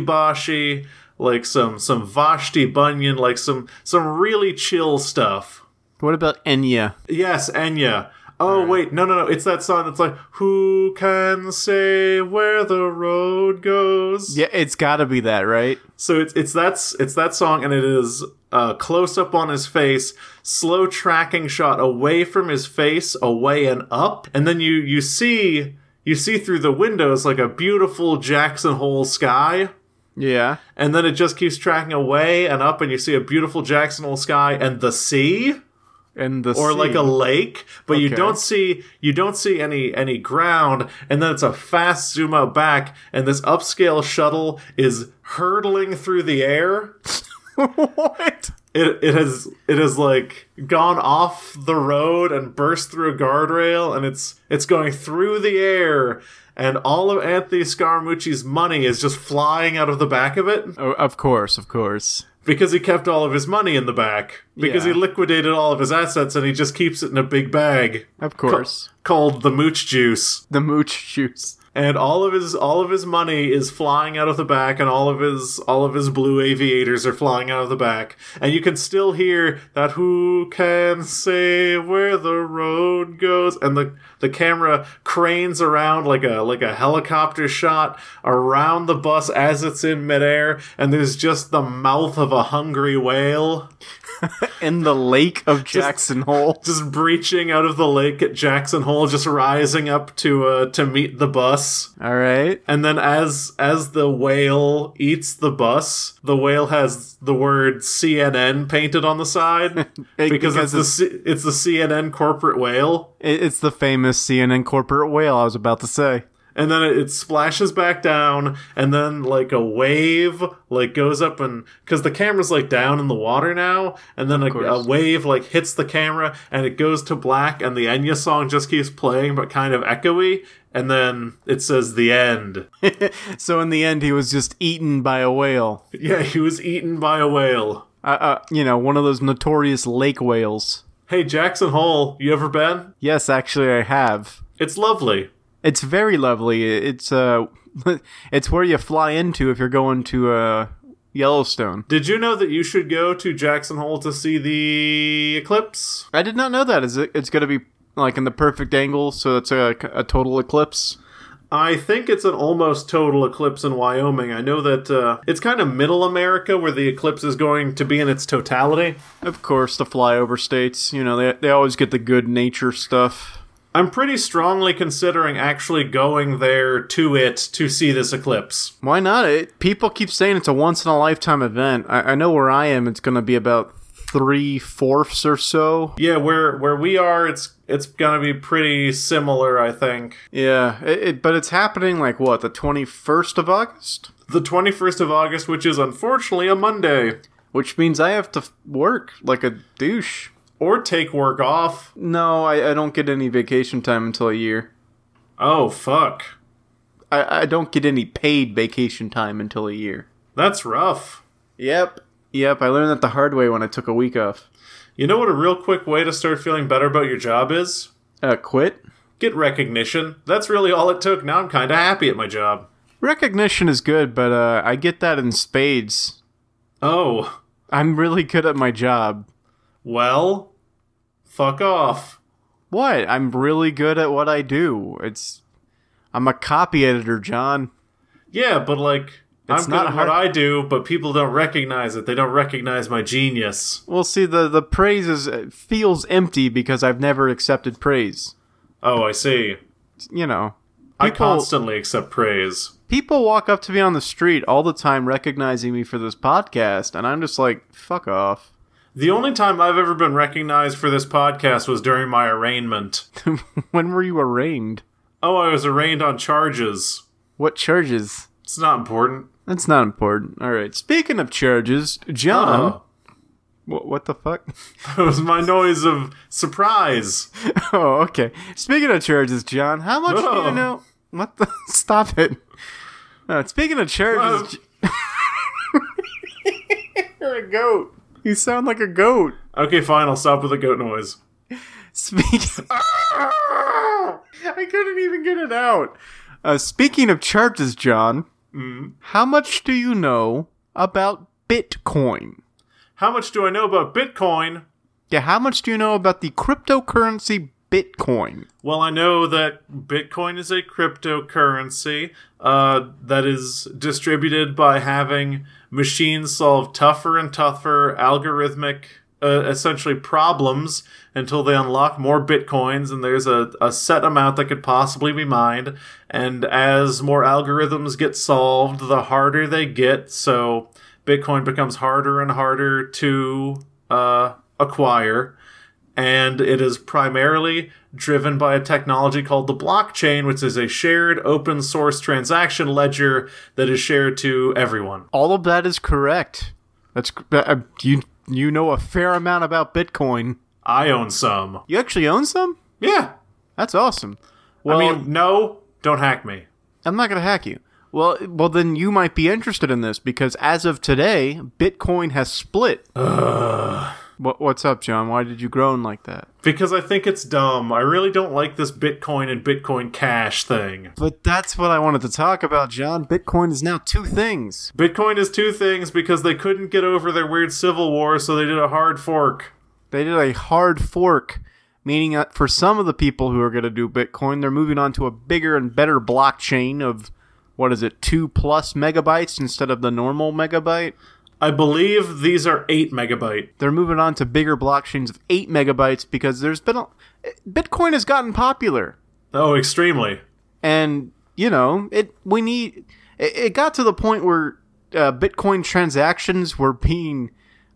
[SPEAKER 2] kishibashi, like some some Vashti Bunyan, like some some really chill stuff.
[SPEAKER 1] What about Enya?
[SPEAKER 2] Yes, Enya. Oh wait, no, no, no! It's that song that's like, "Who can say where the road goes?"
[SPEAKER 1] Yeah, it's got to be that, right?
[SPEAKER 2] So it's it's that's it's that song, and it is uh, close up on his face, slow tracking shot away from his face, away and up, and then you you see you see through the windows like a beautiful Jackson Hole sky,
[SPEAKER 1] Yeah.
[SPEAKER 2] and then it just keeps tracking away and up, and you see a beautiful Jackson Hole sky and the sea
[SPEAKER 1] And the
[SPEAKER 2] or like a lake but you
[SPEAKER 1] Okay.
[SPEAKER 2] don't see you don't see any any ground and then it's a fast zoom out back and this upscale shuttle is hurtling through the air
[SPEAKER 1] what?
[SPEAKER 2] it, it has it has like gone off the road and burst through a guardrail and it's it's going through the air and all of Anthony Scaramucci's money is just flying out of the back of it
[SPEAKER 1] Oh, of course, of course.
[SPEAKER 2] because he kept all of his money in the back because
[SPEAKER 1] Yeah.
[SPEAKER 2] he liquidated all of his assets and he just keeps it in a big bag
[SPEAKER 1] Of course.
[SPEAKER 2] called the mooch juice
[SPEAKER 1] The mooch shoots.
[SPEAKER 2] and all of his all of his money is flying out of the back and all of his all of his blue aviators are flying out of the back and you can still hear that who can say where the road goes and the the camera cranes around like a like a helicopter shot around the bus as it's in midair and there's just the mouth of a hungry whale
[SPEAKER 1] In the lake of Jackson Hole.
[SPEAKER 2] just breaching out of the lake at Jackson Hole just rising up to uh, to meet the bus
[SPEAKER 1] All right.
[SPEAKER 2] And then as as the whale eats the bus, the whale has the word CNN painted on the side
[SPEAKER 1] It-
[SPEAKER 2] because,
[SPEAKER 1] because
[SPEAKER 2] it's the C- it's the CNN corporate whale.
[SPEAKER 1] It- It's the famous CNN corporate whale I was about to say.
[SPEAKER 2] And then it, it splashes back down and then like a wave like goes up and cuz the camera's like down in the water now and then a, a
[SPEAKER 1] course.
[SPEAKER 2] wave like hits the camera and it goes to black and the Enya song just keeps playing but kind of echoey and then it says the end.
[SPEAKER 1] So in the end, he was just eaten by a whale.
[SPEAKER 2] yeah, he was eaten by a whale.
[SPEAKER 1] Uh, uh, you know, one of those notorious lake whales.
[SPEAKER 2] Hey, Jackson Hole, you ever been?
[SPEAKER 1] Yes, actually, I have.
[SPEAKER 2] It's lovely.
[SPEAKER 1] It's very lovely. It's uh, it's where you fly into if you're going to uh Yellowstone.
[SPEAKER 2] Did you know that you should go to Jackson Hole to see the eclipse?
[SPEAKER 1] I did not know that. Is it? It's going to be like in the perfect angle, so it's a, a total eclipse.
[SPEAKER 2] I think it's an almost total eclipse in Wyoming. I know that uh, it's kind of middle America where the eclipse is going to be in its totality.
[SPEAKER 1] Of course, the flyover states, you know, they, they always get the good nature stuff.
[SPEAKER 2] I'm pretty strongly considering actually going there to it to see this eclipse.
[SPEAKER 1] Why not? It, people keep saying it's a once in a lifetime event. I, I know where I am, it's going to be about three fourths or so.
[SPEAKER 2] Yeah, where where we are, it's it's gonna be pretty similar, I think.
[SPEAKER 1] Yeah, it, it, but it's happening like what the twenty first of August,
[SPEAKER 2] The 21st of August, which is unfortunately a Monday,
[SPEAKER 1] which means I have to f- work like a douche.
[SPEAKER 2] or take work off.
[SPEAKER 1] No, I, I don't get any vacation time until a year.
[SPEAKER 2] Oh fuck,
[SPEAKER 1] I, I don't get any paid vacation time until a year.
[SPEAKER 2] that's rough.
[SPEAKER 1] Yep. Yep, I learned that the hard way when I took a week off.
[SPEAKER 2] You know what a real quick way to start feeling better about your job is?
[SPEAKER 1] Uh, quit?
[SPEAKER 2] Get recognition. That's really all it took. Now I'm kind of happy at my job.
[SPEAKER 1] Recognition is good, but uh, I get that in spades.
[SPEAKER 2] Oh,
[SPEAKER 1] I'm really good at my job.
[SPEAKER 2] well, fuck off.
[SPEAKER 1] What? I'm really good at what I do. It's. I'm a copy editor, John.
[SPEAKER 2] Yeah, but like,
[SPEAKER 1] It's
[SPEAKER 2] I'm
[SPEAKER 1] not
[SPEAKER 2] good at
[SPEAKER 1] hard-
[SPEAKER 2] what I do, but people don't recognize it. They don't recognize my genius.
[SPEAKER 1] Well, see, the, the praise is, it feels empty because I've never accepted praise.
[SPEAKER 2] Oh, I see.
[SPEAKER 1] You know.
[SPEAKER 2] I
[SPEAKER 1] People-
[SPEAKER 2] constantly accept praise.
[SPEAKER 1] people walk up to me on the street all the time recognizing me for this podcast and i'm just like fuck off
[SPEAKER 2] The only time I've ever been recognized for this podcast was during my arraignment.
[SPEAKER 1] when were you arraigned
[SPEAKER 2] Oh, I was arraigned on charges.
[SPEAKER 1] what charges
[SPEAKER 2] It's not important.
[SPEAKER 1] that's not important all right speaking of charges john
[SPEAKER 2] Oh,
[SPEAKER 1] Wha- what the fuck
[SPEAKER 2] that was my noise of surprise.
[SPEAKER 1] oh okay speaking of charges john how much do
[SPEAKER 2] Oh.
[SPEAKER 1] you know what the stop it Uh, speaking of charges
[SPEAKER 2] Uh,
[SPEAKER 1] J- you're a goat you sound like a goat
[SPEAKER 2] Okay, fine. I'll stop with the goat noise.
[SPEAKER 1] Speaking. I couldn't even get it out. Uh, speaking of charges, John, how much do you know about Bitcoin?
[SPEAKER 2] How much do I know about Bitcoin?
[SPEAKER 1] Yeah, how much do you know about the cryptocurrency Bitcoin?
[SPEAKER 2] Well, I know that Bitcoin is a cryptocurrency uh, that is distributed by having machines solve tougher and tougher algorithmic, uh, essentially, problems until they unlock more Bitcoins, and there's a, a set amount that could possibly be mined. And as more algorithms get solved, the harder they get, so Bitcoin becomes harder and harder to uh, acquire and it is primarily driven by a technology called the blockchain, which is a shared open source transaction ledger that is shared to everyone.
[SPEAKER 1] All of that is correct. That's cr- uh, you. You know a fair amount about Bitcoin.
[SPEAKER 2] I own some.
[SPEAKER 1] You actually own some.
[SPEAKER 2] Yeah.
[SPEAKER 1] That's awesome. Well,
[SPEAKER 2] I mean, no, don't hack me.
[SPEAKER 1] I'm not going to hack you. Well, well, then you might be interested in this because as of today, Bitcoin has split. What, what's up, John? Why did you groan like that?
[SPEAKER 2] Because I think it's dumb. I really don't like this Bitcoin and Bitcoin Cash thing.
[SPEAKER 1] But that's what I wanted to talk about, John. Bitcoin is now two things.
[SPEAKER 2] Bitcoin is two things because they couldn't get over their weird civil war, so they did a hard fork.
[SPEAKER 1] They did a hard fork, meaning that for some of the people who are going to do Bitcoin, they're moving on to a bigger and better blockchain of what is it, two plus megabytes instead of the normal megabyte.
[SPEAKER 2] I believe these are 8 megabyte.
[SPEAKER 1] they're moving on to bigger blockchains of 8 megabytes because there's been a, bitcoin has gotten popular
[SPEAKER 2] Oh, extremely.
[SPEAKER 1] and you know it we need it, it got to the point where uh, bitcoin transactions were being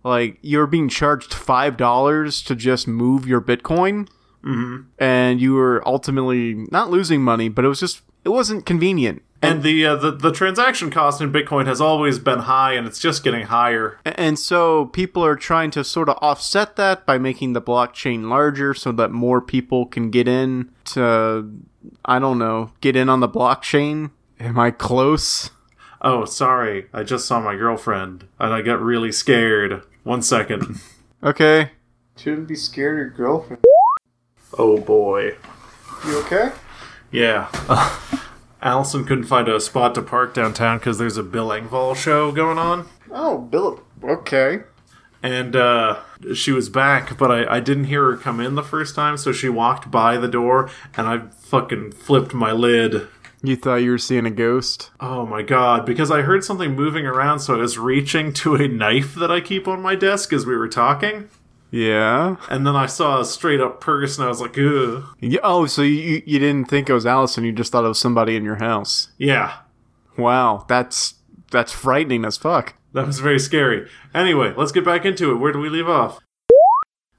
[SPEAKER 1] like you're being charged five dollars to just move your bitcoin mm-hmm. and you were ultimately not losing money but it was just it wasn't convenient
[SPEAKER 2] And the, uh, the the transaction cost in Bitcoin has always been high, and it's just getting higher.
[SPEAKER 1] A- And so people are trying to sort of offset that by making the blockchain larger so that more people can get in to, I don't know, get in on the blockchain. Am I close?
[SPEAKER 2] Oh, sorry, I just saw my girlfriend, and I got really scared. One second.
[SPEAKER 1] Okay. Shouldn't be scared of your girlfriend.
[SPEAKER 2] Oh boy.
[SPEAKER 1] You okay?
[SPEAKER 2] Yeah. Allison couldn't find a spot to park downtown because there's a Bill Engvall show going on,
[SPEAKER 1] Oh, Bill. Okay.
[SPEAKER 2] and uh, she was back, but I, I didn't hear her come in the first time, so she walked by the door and I fucking flipped my lid.
[SPEAKER 1] You thought you were seeing a ghost?
[SPEAKER 2] Oh my god, because I heard something moving around, so I was reaching to a knife that I keep on my desk as we were talking.
[SPEAKER 1] Yeah.
[SPEAKER 2] And then I saw a straight up purse and I was like, ugh.
[SPEAKER 1] Y- Oh, so you you didn't think it was Allison? You just thought it was somebody in your house?
[SPEAKER 2] Yeah,
[SPEAKER 1] Wow, that's that's frightening as fuck.
[SPEAKER 2] That was very scary. Anyway, let's get back into it. Where do we leave off?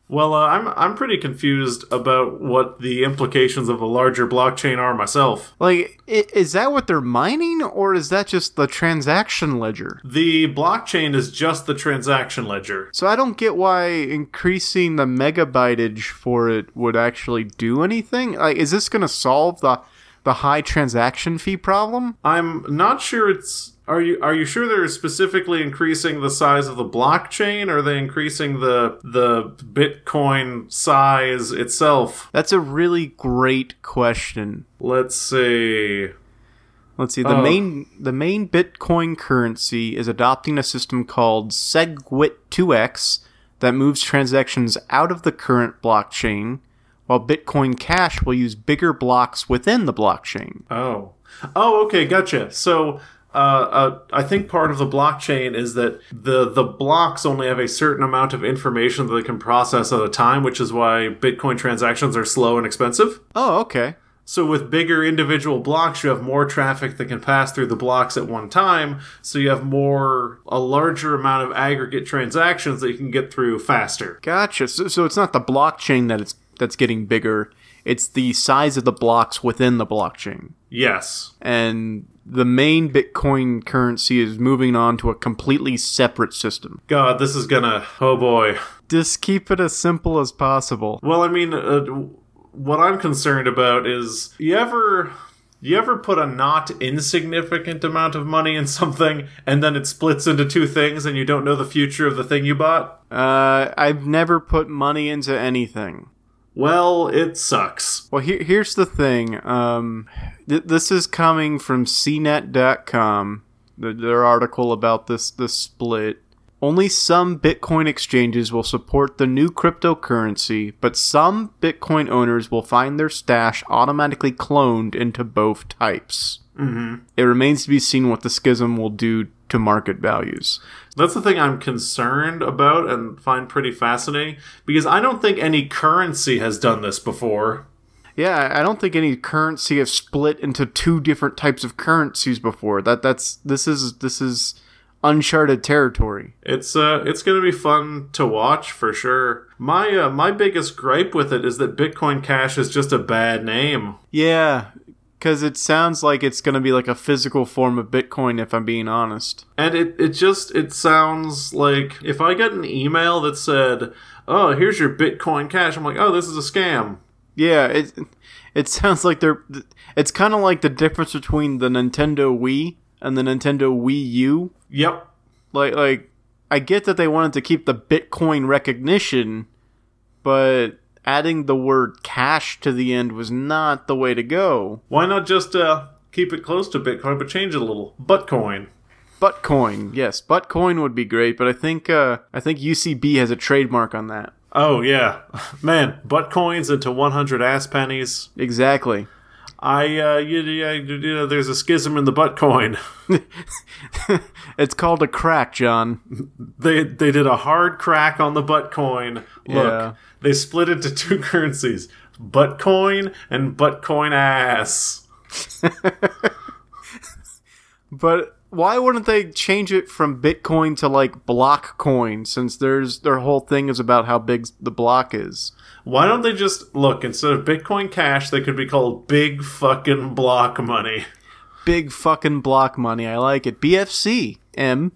[SPEAKER 2] Well, uh, I'm I'm pretty confused about what the implications of a larger blockchain are myself.
[SPEAKER 1] Like, i- is that what they're mining, or is that just the transaction ledger?
[SPEAKER 2] The blockchain is just the transaction ledger.
[SPEAKER 1] So I don't get why increasing the megabyteage for it would actually do anything. Like, is this going to solve the the high transaction fee problem?
[SPEAKER 2] I'm not sure it's are you are you sure they're specifically increasing the size of the blockchain or are they increasing the the Bitcoin size itself?
[SPEAKER 1] That's a really great question.
[SPEAKER 2] Let's see.
[SPEAKER 1] Let's see. The
[SPEAKER 2] Oh.
[SPEAKER 1] main the main Bitcoin currency is adopting a system called SegWit2x that moves transactions out of the current blockchain, while Bitcoin Cash will use bigger blocks within the blockchain.
[SPEAKER 2] Oh. Oh, okay, gotcha. So uh, uh, I think part of the blockchain is that the the blocks only have a certain amount of information that they can process at a time, which is why Bitcoin transactions are slow and expensive.
[SPEAKER 1] Oh, okay.
[SPEAKER 2] So with bigger individual blocks, you have more traffic that can pass through the blocks at one time. So you have more a larger amount of aggregate transactions that you can get through faster.
[SPEAKER 1] Gotcha. So, so it's not the blockchain that it's that's getting bigger. It's the size of the blocks within the blockchain.
[SPEAKER 2] Yes.
[SPEAKER 1] And the main Bitcoin currency is moving on to a completely separate system.
[SPEAKER 2] God, this is gonna. Oh boy.
[SPEAKER 1] Just keep it as simple as possible.
[SPEAKER 2] Well, I mean, uh, what I'm concerned about is you ever you ever put a not insignificant amount of money in something and then it splits into two things and you don't know the future of the thing you bought?
[SPEAKER 1] Uh, I've never put money into anything.
[SPEAKER 2] Well, it sucks.
[SPEAKER 1] Well, here, here's the thing. Um, th- this is coming from CNET.com, th- their article about this this split. Only some Bitcoin exchanges will support the new cryptocurrency, but some Bitcoin owners will find their stash automatically cloned into both types.
[SPEAKER 2] Mhm.
[SPEAKER 1] It remains to be seen what the schism will do to market values.
[SPEAKER 2] That's the thing I'm concerned about and find pretty fascinating because I don't think any currency has done this before.
[SPEAKER 1] Yeah, I don't think any currency have split into two different types of currencies before. That that's this is this is uncharted territory.
[SPEAKER 2] It's uh, it's gonna be fun to watch for sure. My uh, my biggest gripe with it is that Bitcoin Cash is just a bad name.
[SPEAKER 1] Yeah, cuz it sounds like it's going to be like a physical form of Bitcoin if I'm being honest.
[SPEAKER 2] And it, it just it sounds like if I got an email that said, "Oh, here's your Bitcoin Cash," I'm like, "Oh, this is a scam."
[SPEAKER 1] Yeah, it it sounds like they're it's kind of like the difference between the Nintendo Wii and the Nintendo Wii U.
[SPEAKER 2] Yep.
[SPEAKER 1] Like like I get that they wanted to keep the Bitcoin recognition, but adding the word cash to the end was not the way to go.
[SPEAKER 2] Why not just uh, keep it close to Bitcoin but change it a little? Buttcoin.
[SPEAKER 1] Buttcoin, yes, Buttcoin would be great, but I think uh, I think UCB has a trademark on that.
[SPEAKER 2] Oh yeah, man, buttcoins into 100 ass pennies.
[SPEAKER 1] Exactly.
[SPEAKER 2] I uh, you, you, you know, there's a schism in the buttcoin.
[SPEAKER 1] it's called a crack, John.
[SPEAKER 2] They they did a hard crack on the buttcoin. Look,
[SPEAKER 1] Yeah.
[SPEAKER 2] they split into two currencies: buttcoin and buttcoin ass.
[SPEAKER 1] But why wouldn't they change it from Bitcoin to like block coin since there's their whole thing is about how big the block is?
[SPEAKER 2] Why don't they just look instead of Bitcoin Cash? They could be called Big Fucking Block Money.
[SPEAKER 1] Big fucking block money. I like it. BFC M.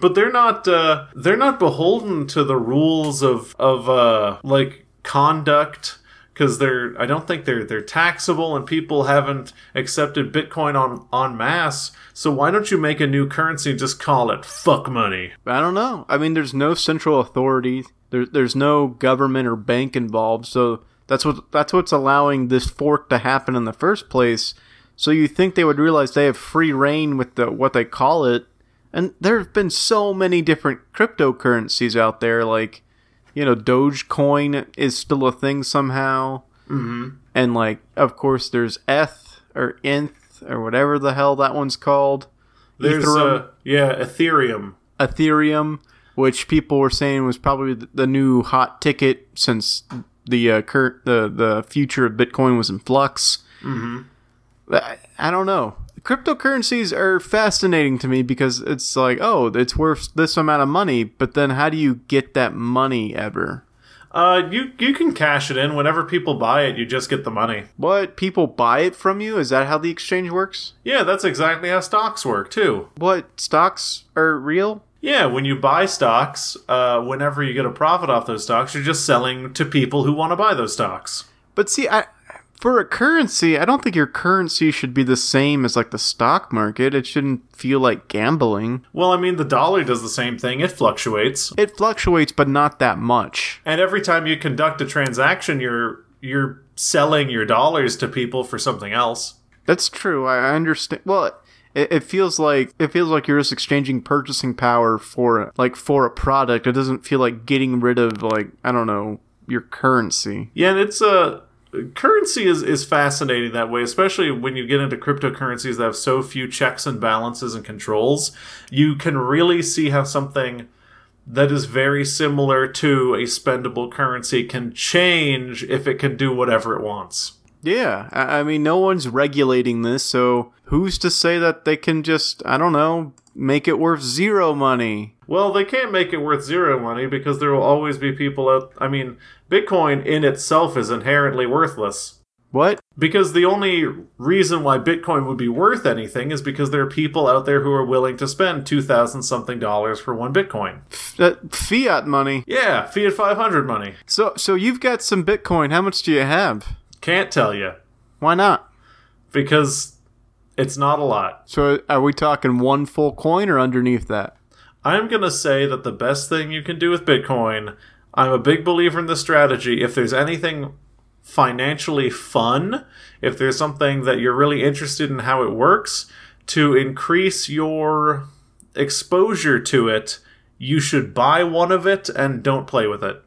[SPEAKER 2] But they're not. Uh, they're not beholden to the rules of of uh, like conduct because they're. I don't think they're they're taxable, and people haven't accepted Bitcoin on on mass. So why don't you make a new currency and just call it Fuck Money?
[SPEAKER 1] I don't know. I mean, there's no central authority. There, there's no government or bank involved. So that's what that's what's allowing this fork to happen in the first place. So you think they would realize they have free reign with the what they call it? And there have been so many different cryptocurrencies out there. Like you know, Dogecoin is still a thing somehow.
[SPEAKER 2] Mm-hmm.
[SPEAKER 1] And like, of course, there's ETH or INTH or whatever the hell that one's called.
[SPEAKER 2] There's
[SPEAKER 1] Ethereum.
[SPEAKER 2] uh, yeah, Ethereum.
[SPEAKER 1] Ethereum, which people were saying was probably th- the new hot ticket since the uh, cur- the the future of Bitcoin was in flux. Mm-hmm. I, I don't know. Cryptocurrencies are fascinating to me because it's like, oh, it's worth this amount of money, but then how do you get that money ever?
[SPEAKER 2] Uh, you you can cash it in whenever people buy it. You just get the money.
[SPEAKER 1] What people buy it from you? Is that how the exchange works?
[SPEAKER 2] Yeah, that's exactly how stocks work too.
[SPEAKER 1] What stocks are real?
[SPEAKER 2] Yeah, when you buy stocks, uh, whenever you get a profit off those stocks, you're just selling to people who want to buy those stocks.
[SPEAKER 1] But see, I for a currency, I don't think your currency should be the same as like the stock market. It shouldn't feel like gambling.
[SPEAKER 2] Well, I mean, the dollar does the same thing. It fluctuates,
[SPEAKER 1] It fluctuates, but not that much.
[SPEAKER 2] and every time you conduct a transaction, you're you're selling your dollars to people for something else.
[SPEAKER 1] That's true. I I understand. Well, it, it feels like it feels like you're just exchanging purchasing power for like for a product. It doesn't feel like getting rid of like I don't know your currency.
[SPEAKER 2] Yeah, and it's a currency is is fascinating that way, especially when you get into cryptocurrencies that have so few checks and balances and controls. You can really see how something that is very similar to a spendable currency can change if it can do whatever it wants.
[SPEAKER 1] Yeah, I, I mean, no one's regulating this, so who's to say that they can just I don't know make it worth zero money?
[SPEAKER 2] Well, they can't make it worth zero money because there will always be people out. I mean, Bitcoin in itself is inherently worthless.
[SPEAKER 1] What?
[SPEAKER 2] Because the only reason why Bitcoin would be worth anything is because there are people out there who are willing to spend 2,000 something dollars for one Bitcoin.
[SPEAKER 1] That Uh, fiat money.
[SPEAKER 2] Yeah, fiat 500 money.
[SPEAKER 1] So so you've got some Bitcoin. How much do you have?
[SPEAKER 2] Can't tell you
[SPEAKER 1] Why not?
[SPEAKER 2] because it's not a lot.
[SPEAKER 1] So are we talking one full coin or underneath that?
[SPEAKER 2] I'm going to say that the best thing you can do with Bitcoin, I'm a big believer in the strategy. If there's anything financially fun, if there's something that you're really interested in how it works, to increase your exposure to it, you should buy one of it and don't play with it.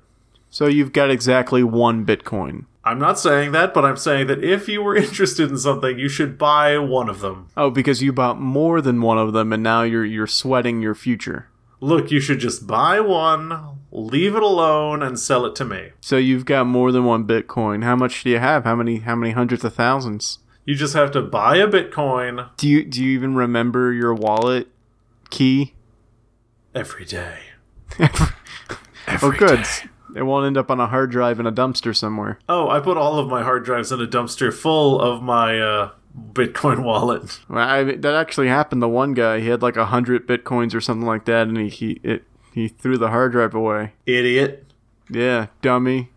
[SPEAKER 1] So you've got exactly one Bitcoin.
[SPEAKER 2] I'm not saying that, but I'm saying that if you were interested in something, you should buy one of them.
[SPEAKER 1] Oh, because you bought more than one of them and now you're you're sweating your future.
[SPEAKER 2] Look, you should just buy one, leave it alone, and sell it to me.
[SPEAKER 1] So you've got more than one Bitcoin. How much do you have? How many how many hundreds of thousands?
[SPEAKER 2] You just have to buy a Bitcoin
[SPEAKER 1] Do you do you even remember your wallet key?
[SPEAKER 2] every day.
[SPEAKER 1] oh good. It won't end up on a hard drive in a dumpster somewhere.
[SPEAKER 2] Oh, I put all of my hard drives in a dumpster full of my uh, Bitcoin wallet.
[SPEAKER 1] Well, I, that actually happened to one guy. He had like a hundred bitcoins or something like that, and he he it, he threw the hard drive away.
[SPEAKER 2] Idiot.
[SPEAKER 1] Yeah, dummy.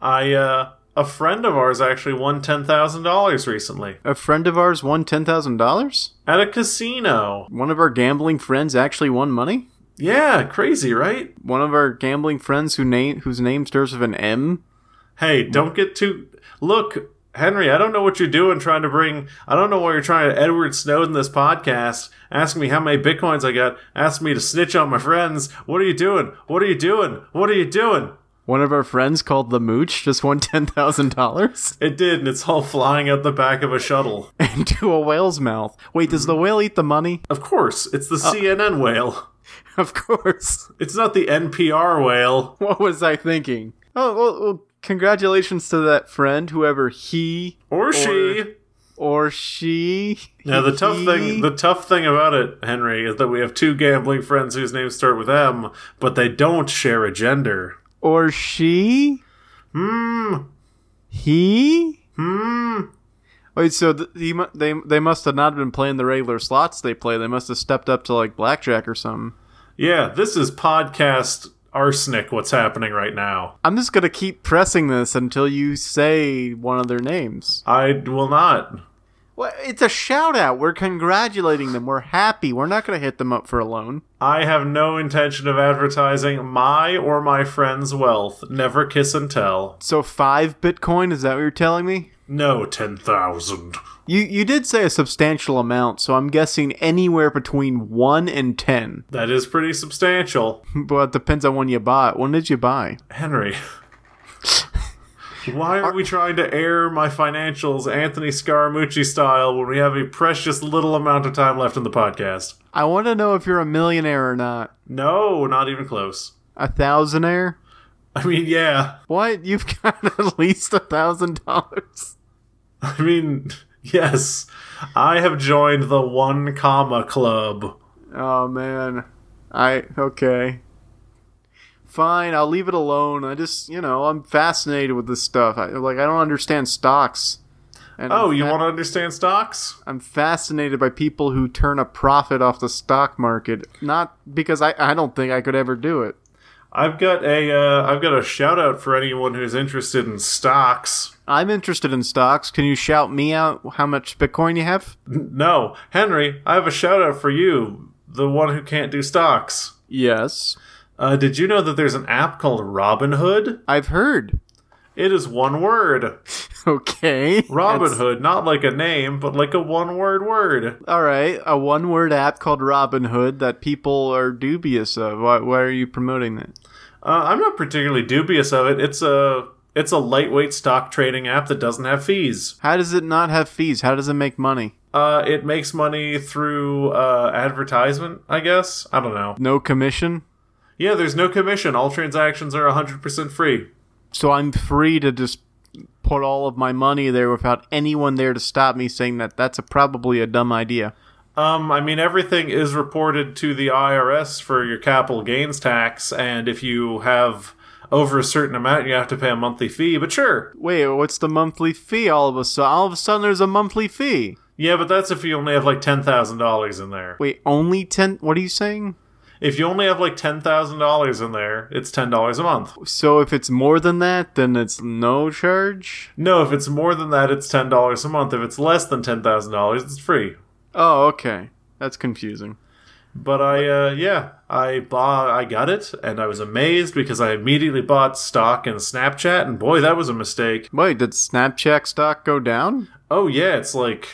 [SPEAKER 2] I uh, a friend of ours actually won ten thousand dollars recently
[SPEAKER 1] A friend of ours won ten thousand dollars.
[SPEAKER 2] at a casino.
[SPEAKER 1] One of our gambling friends actually won money.
[SPEAKER 2] Yeah, crazy, right?
[SPEAKER 1] One of our gambling friends who name whose name starts with an M.
[SPEAKER 2] Hey, don't get too. Look, Henry, I don't know what you're doing trying to bring. I don't know why you're trying to Edward Snowden this podcast. Ask me how many bitcoins I got. Ask me to snitch on my friends. What are you doing? What are you doing? What are you doing?
[SPEAKER 1] One of our friends called the Mooch just won ten thousand dollars
[SPEAKER 2] It did, and it's all flying out the back of a shuttle.
[SPEAKER 1] into a whale's mouth. Wait, does the whale eat the money?
[SPEAKER 2] Of course, it's the CNN whale.
[SPEAKER 1] Of course.
[SPEAKER 2] It's not the NPR whale.
[SPEAKER 1] What was I thinking? Oh well, well congratulations to that friend, whoever he
[SPEAKER 2] Or she.
[SPEAKER 1] or she.
[SPEAKER 2] Now the tough
[SPEAKER 1] E.
[SPEAKER 2] thing the tough thing about it, Henry, is that we have two gambling friends whose names start with M, but they don't share a gender.
[SPEAKER 1] or she,
[SPEAKER 2] Hmm.
[SPEAKER 1] he.
[SPEAKER 2] Hmm.
[SPEAKER 1] Wait, so th- he, mu- they they must have not been playing the regular slots they play. They must have stepped up to like blackjack or something.
[SPEAKER 2] Yeah, this is podcast arsenic. What's happening right now?
[SPEAKER 1] I'm just gonna keep pressing this until you say one of their names.
[SPEAKER 2] I will not.
[SPEAKER 1] Well, it's a shout out. We're congratulating them. We're happy. We're not gonna hit them up for a loan.
[SPEAKER 2] I have no intention of advertising my or my friend's wealth. Never kiss and tell.
[SPEAKER 1] So five Bitcoin? Is that what you're telling me?
[SPEAKER 2] No, 10,000.
[SPEAKER 1] You you did say a substantial amount, so I'm guessing anywhere between one and ten.
[SPEAKER 2] That is pretty substantial.
[SPEAKER 1] But it depends on when you bought. When did you buy?
[SPEAKER 2] Henry. Why are we trying to air my financials Anthony Scaramucci style when we have a precious little amount of time left in the podcast?
[SPEAKER 1] I want to know if you're a millionaire or not.
[SPEAKER 2] No, not even close.
[SPEAKER 1] A thousandaire?
[SPEAKER 2] I mean, yeah.
[SPEAKER 1] What? You've got at least a thousand dollars.
[SPEAKER 2] I mean, yes. I have joined the one comma club.
[SPEAKER 1] Oh man. I okay. Fine, I'll leave it alone. I just, you know, I'm fascinated with this stuff. I, like, I don't understand stocks. And
[SPEAKER 2] Oh,
[SPEAKER 1] I'm
[SPEAKER 2] you
[SPEAKER 1] fa-
[SPEAKER 2] want to understand stocks?
[SPEAKER 1] I'm fascinated by people who turn a profit off the stock market. Not because I, I don't think I could ever do it.
[SPEAKER 2] I've got a uh, I've got a shout out for anyone who's interested in stocks.
[SPEAKER 1] I'm interested in stocks. Can you shout me out how much Bitcoin you have?
[SPEAKER 2] No, Henry, I have a shout out for you, the one who can't do stocks.
[SPEAKER 1] Yes.
[SPEAKER 2] Uh, did you know that there's an app called Robinhood?
[SPEAKER 1] I've heard.
[SPEAKER 2] It is one word.
[SPEAKER 1] Okay.
[SPEAKER 2] Robin
[SPEAKER 1] That's-
[SPEAKER 2] Hood, not like a name, but like a one word word.
[SPEAKER 1] All right, a one-word app called Robinhood that people are dubious of. Why, why are you promoting it?
[SPEAKER 2] Uh, I'm not particularly dubious of it. It's a it's a lightweight stock trading app that doesn't have fees.
[SPEAKER 1] How does it not have fees? How does it make money?
[SPEAKER 2] Uh, it makes money through uh, advertisement, I guess. I don't know.
[SPEAKER 1] No commission,
[SPEAKER 2] Yeah, there's no commission. All transactions are 100% free.
[SPEAKER 1] so I'm free to just put all of my money there without anyone there to stop me saying that that's a, probably a dumb idea.
[SPEAKER 2] Um, I mean, everything is reported to the IRS for your capital gains tax, and if you have over a certain amount, you have to pay a monthly fee. But sure,
[SPEAKER 1] Wait, what's the monthly fee? All of a sudden, all of a sudden, there's a monthly fee.
[SPEAKER 2] yeah, but that's if you only have like ten thousand dollars in there.
[SPEAKER 1] Wait, only ten? What are you saying?
[SPEAKER 2] If you only have like ten thousand dollars in there, it's ten dollars a month.
[SPEAKER 1] So if it's more than that, then it's no charge.
[SPEAKER 2] No, if it's more than that, it's ten dollars a month. If it's less than ten thousand dollars, it's free.
[SPEAKER 1] Oh, okay, that's confusing.
[SPEAKER 2] But I, uh, yeah, I bought, I got it, and I was amazed because I immediately bought stock in Snapchat, and boy, that was a mistake.
[SPEAKER 1] Wait, did Snapchat stock go down?
[SPEAKER 2] Oh yeah, it's like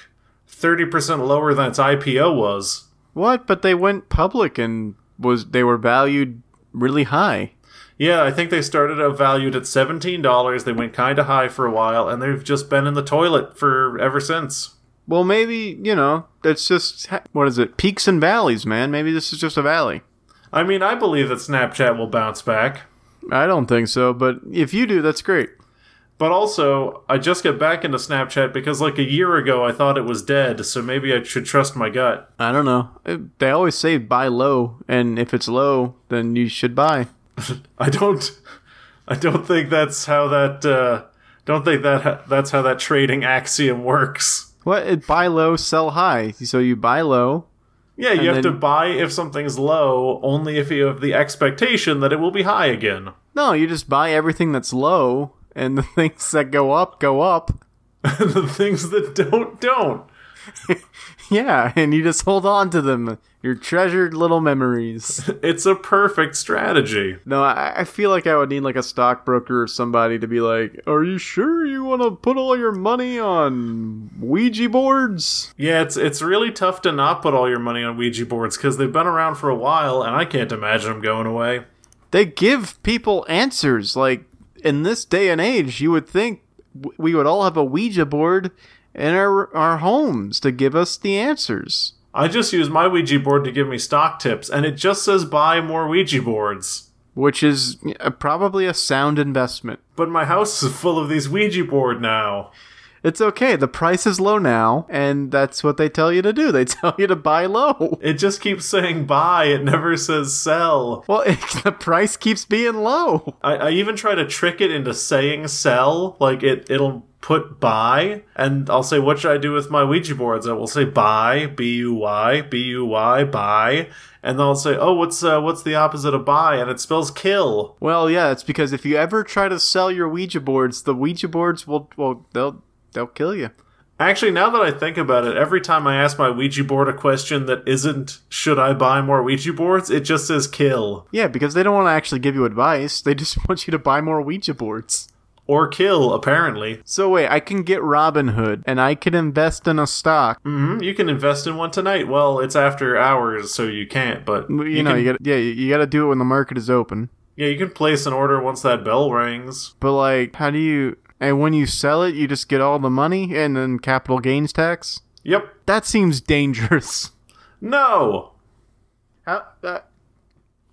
[SPEAKER 2] thirty percent lower than its IPO was.
[SPEAKER 1] What? But they went public and was they were valued really high.
[SPEAKER 2] Yeah, I think they started out valued at seventeen dollars. They went kind of high for a while, and they've just been in the toilet for ever since.
[SPEAKER 1] Well, maybe you know that's just what is it? Peaks and valleys, man. Maybe this is just a valley.
[SPEAKER 2] I mean, I believe that Snapchat will bounce back,
[SPEAKER 1] I don't think so, but if you do, that's great.
[SPEAKER 2] but also I just got back into Snapchat because like a year ago I thought it was dead, so maybe I should trust my gut.
[SPEAKER 1] I don't know. It- They always say buy low, and if it's low, then you should buy.
[SPEAKER 2] I don't, I don't think that's how that. Uh, don't think that that's how that trading axiom works.
[SPEAKER 1] What? It buy low, sell high. So you buy low.
[SPEAKER 2] Yeah, you have
[SPEAKER 1] then-
[SPEAKER 2] to buy if something's low, only if you have the expectation that it will be high again.
[SPEAKER 1] No, you just buy everything that's low, and the things that go up go up.
[SPEAKER 2] And the things that don't, don't.
[SPEAKER 1] Yeah, and you just hold on to them, your treasured little memories.
[SPEAKER 2] It's a perfect strategy.
[SPEAKER 1] No, I, I feel like I would need like a stockbroker or somebody to be like, "Are you sure you want to put all your money on Ouija boards?"
[SPEAKER 2] Yeah, it's it's really tough to not put all your money on Ouija boards because they've been around for a while, and I can't imagine them going away.
[SPEAKER 1] They give people answers. Like in this day and age, you would think w- we would all have a Ouija board in our our homes to give us the answers.
[SPEAKER 2] I just use my Ouija board to give me stock tips, and it just says buy more Ouija boards.
[SPEAKER 1] Which is uh, probably a sound investment.
[SPEAKER 2] But my house is full of these Ouija board now.
[SPEAKER 1] It's okay. The price is low now, and that's what they tell you to do. They tell you to buy low.
[SPEAKER 2] It just keeps saying buy, it never says sell.
[SPEAKER 1] Well, the price keeps being low.
[SPEAKER 2] I, I even try to trick it into saying sell. Like it, it'll put buy, and I'll say, "What should I do with my Ouija boards?" I will say buy, b u y, b u y, buy, and they'll say, "Oh, what's uh, what's the opposite of buy?" And it spells kill.
[SPEAKER 1] Well, yeah, it's because if you ever try to sell your Ouija boards, the Ouija boards will well they'll they'll kill you.
[SPEAKER 2] Actually, now that I think about it, every time I ask my Ouija board a question that isn't "Should I buy more Ouija boards?" it just says kill.
[SPEAKER 1] Yeah, because they don't want to actually give you advice. They just want you to buy more Ouija boards.
[SPEAKER 2] or kill, apparently.
[SPEAKER 1] So wait, I can get Robin Hood and I can invest in a stock.
[SPEAKER 2] hmm you can invest in one tonight. Well, it's after hours, so you can't, but
[SPEAKER 1] You, know,
[SPEAKER 2] can,
[SPEAKER 1] you got yeah, you- you got to do it when the market is open.
[SPEAKER 2] yeah, you can place an order once that bell rings.
[SPEAKER 1] But like, how do you? And when you sell it, you just get all the money and then capital gains tax.
[SPEAKER 2] Yep.
[SPEAKER 1] That seems dangerous.
[SPEAKER 2] No.
[SPEAKER 1] How, uh,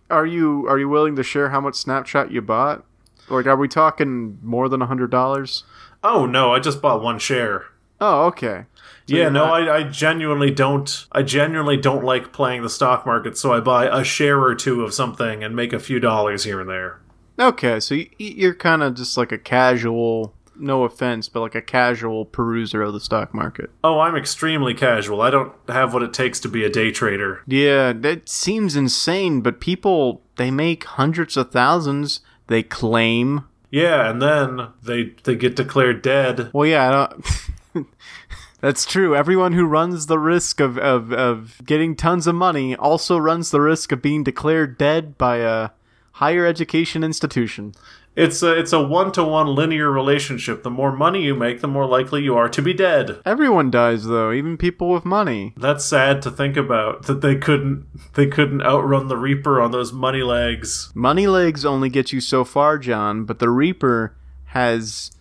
[SPEAKER 1] are you are you willing to share how much Snapchat you bought? Like, are we talking more than a hundred dollars?
[SPEAKER 2] Oh no, I just bought one share.
[SPEAKER 1] Oh, okay. So
[SPEAKER 2] yeah,
[SPEAKER 1] you're
[SPEAKER 2] no,
[SPEAKER 1] not-
[SPEAKER 2] I, I genuinely don't. I genuinely don't like playing the stock market, so I buy a share or two of something and make a few dollars here and there.
[SPEAKER 1] Okay, so you, you're kind of just like a casual, no offense, but like a casual peruser of the stock market.
[SPEAKER 2] Oh, I'm extremely casual. I don't have what it takes to be a day trader.
[SPEAKER 1] Yeah, that seems insane, but people they make hundreds of thousands. They claim.
[SPEAKER 2] Yeah, and then they they get declared dead.
[SPEAKER 1] Well, yeah, I don't, that's true. Everyone who runs the risk of, of of getting tons of money also runs the risk of being declared dead by a higher education institution.
[SPEAKER 2] It's a it's a one to one linear relationship. The more money you make, the more likely you are to be dead.
[SPEAKER 1] Everyone dies though, even people with money.
[SPEAKER 2] That's sad to think about that they couldn't they couldn't outrun the Reaper on those money legs.
[SPEAKER 1] Money legs only get you so far, John, but the Reaper has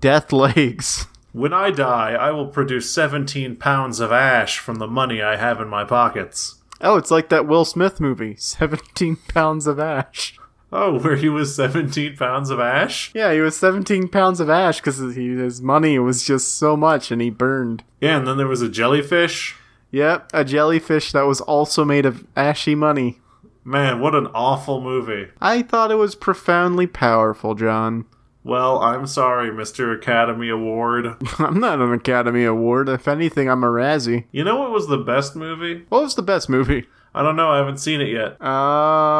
[SPEAKER 1] death legs.
[SPEAKER 2] When I die, I will produce 17 pounds of ash from the money I have in my pockets.
[SPEAKER 1] Oh, it's like that Will Smith movie, 17 pounds of ash.
[SPEAKER 2] Oh, where he was 17 pounds of ash?
[SPEAKER 1] Yeah, he was 17 pounds of ash because his money was just so much and he burned.
[SPEAKER 2] Yeah, and then there was a jellyfish.
[SPEAKER 1] Yep, a jellyfish that was also made of ashy money.
[SPEAKER 2] Man, what an awful movie.
[SPEAKER 1] I thought it was profoundly powerful, John.
[SPEAKER 2] Well, I'm sorry, Mr. Academy Award.
[SPEAKER 1] I'm not an Academy Award. If anything, I'm a Razzie.
[SPEAKER 2] You know what was the best movie?
[SPEAKER 1] What was the best movie?
[SPEAKER 2] I don't know, I haven't seen it yet.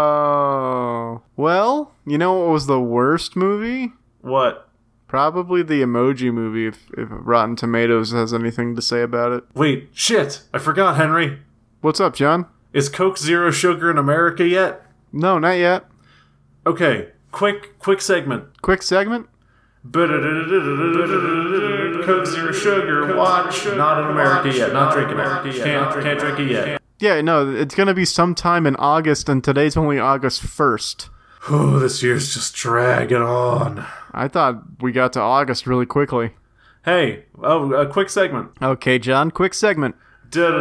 [SPEAKER 1] Oh. Well, you know what was the worst movie?
[SPEAKER 2] What?
[SPEAKER 1] Probably the Emoji movie, if, if Rotten Tomatoes has anything to say about it.
[SPEAKER 2] Wait, shit! I forgot, Henry.
[SPEAKER 1] What's up, John?
[SPEAKER 2] Is Coke Zero Sugar in America yet?
[SPEAKER 1] No, not yet.
[SPEAKER 2] Okay, quick, quick segment.
[SPEAKER 1] Quick segment?
[SPEAKER 2] Coke Zero Sugar, watch. Not in America yet, not drinking America yet. Can't, can't drink it yet.
[SPEAKER 1] Yeah, no, it's going to be sometime in August, and today's only August 1st.
[SPEAKER 2] Oh, this year's just dragging on.
[SPEAKER 1] I thought we got to August really quickly.
[SPEAKER 2] Hey, oh, a quick segment.
[SPEAKER 1] Okay, John, quick segment.
[SPEAKER 2] Checking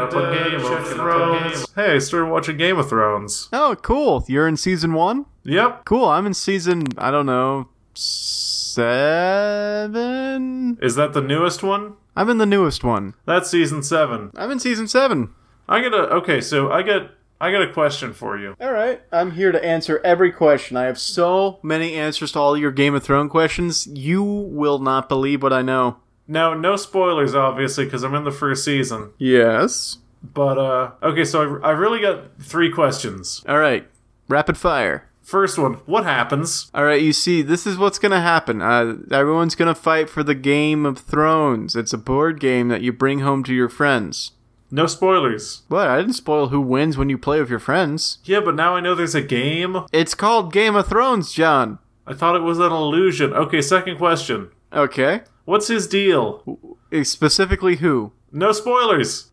[SPEAKER 2] up on Game of Thrones. Hey, I started watching Game of Thrones.
[SPEAKER 1] Oh, cool. You're in season one?
[SPEAKER 2] Yep.
[SPEAKER 1] Cool. I'm in season, I don't know, seven?
[SPEAKER 2] Is that the newest one?
[SPEAKER 1] I'm in the newest one.
[SPEAKER 2] That's season seven.
[SPEAKER 1] I'm in season seven.
[SPEAKER 2] I got a okay. So I got I got a question for you.
[SPEAKER 1] All right. I'm here to answer every question. I have so many answers to all your Game of Thrones questions. You will not believe what I know.
[SPEAKER 2] Now, no spoilers, obviously, because I'm in the first season.
[SPEAKER 1] Yes.
[SPEAKER 2] But uh, okay, so I, I really got three questions.
[SPEAKER 1] All right. Rapid fire.
[SPEAKER 2] First one, what happens?
[SPEAKER 1] All right, you see, this is what's going to happen. Uh, everyone's going to fight for the Game of Thrones. It's a board game that you bring home to your friends.
[SPEAKER 2] No spoilers.
[SPEAKER 1] What? I didn't spoil who wins when you play with your friends.
[SPEAKER 2] Yeah, but now I know there's a game.
[SPEAKER 1] It's called Game of Thrones, John.
[SPEAKER 2] I thought it was an illusion. Okay, second question.
[SPEAKER 1] Okay.
[SPEAKER 2] What's his deal?
[SPEAKER 1] Eh, Specifically, who?
[SPEAKER 2] No spoilers.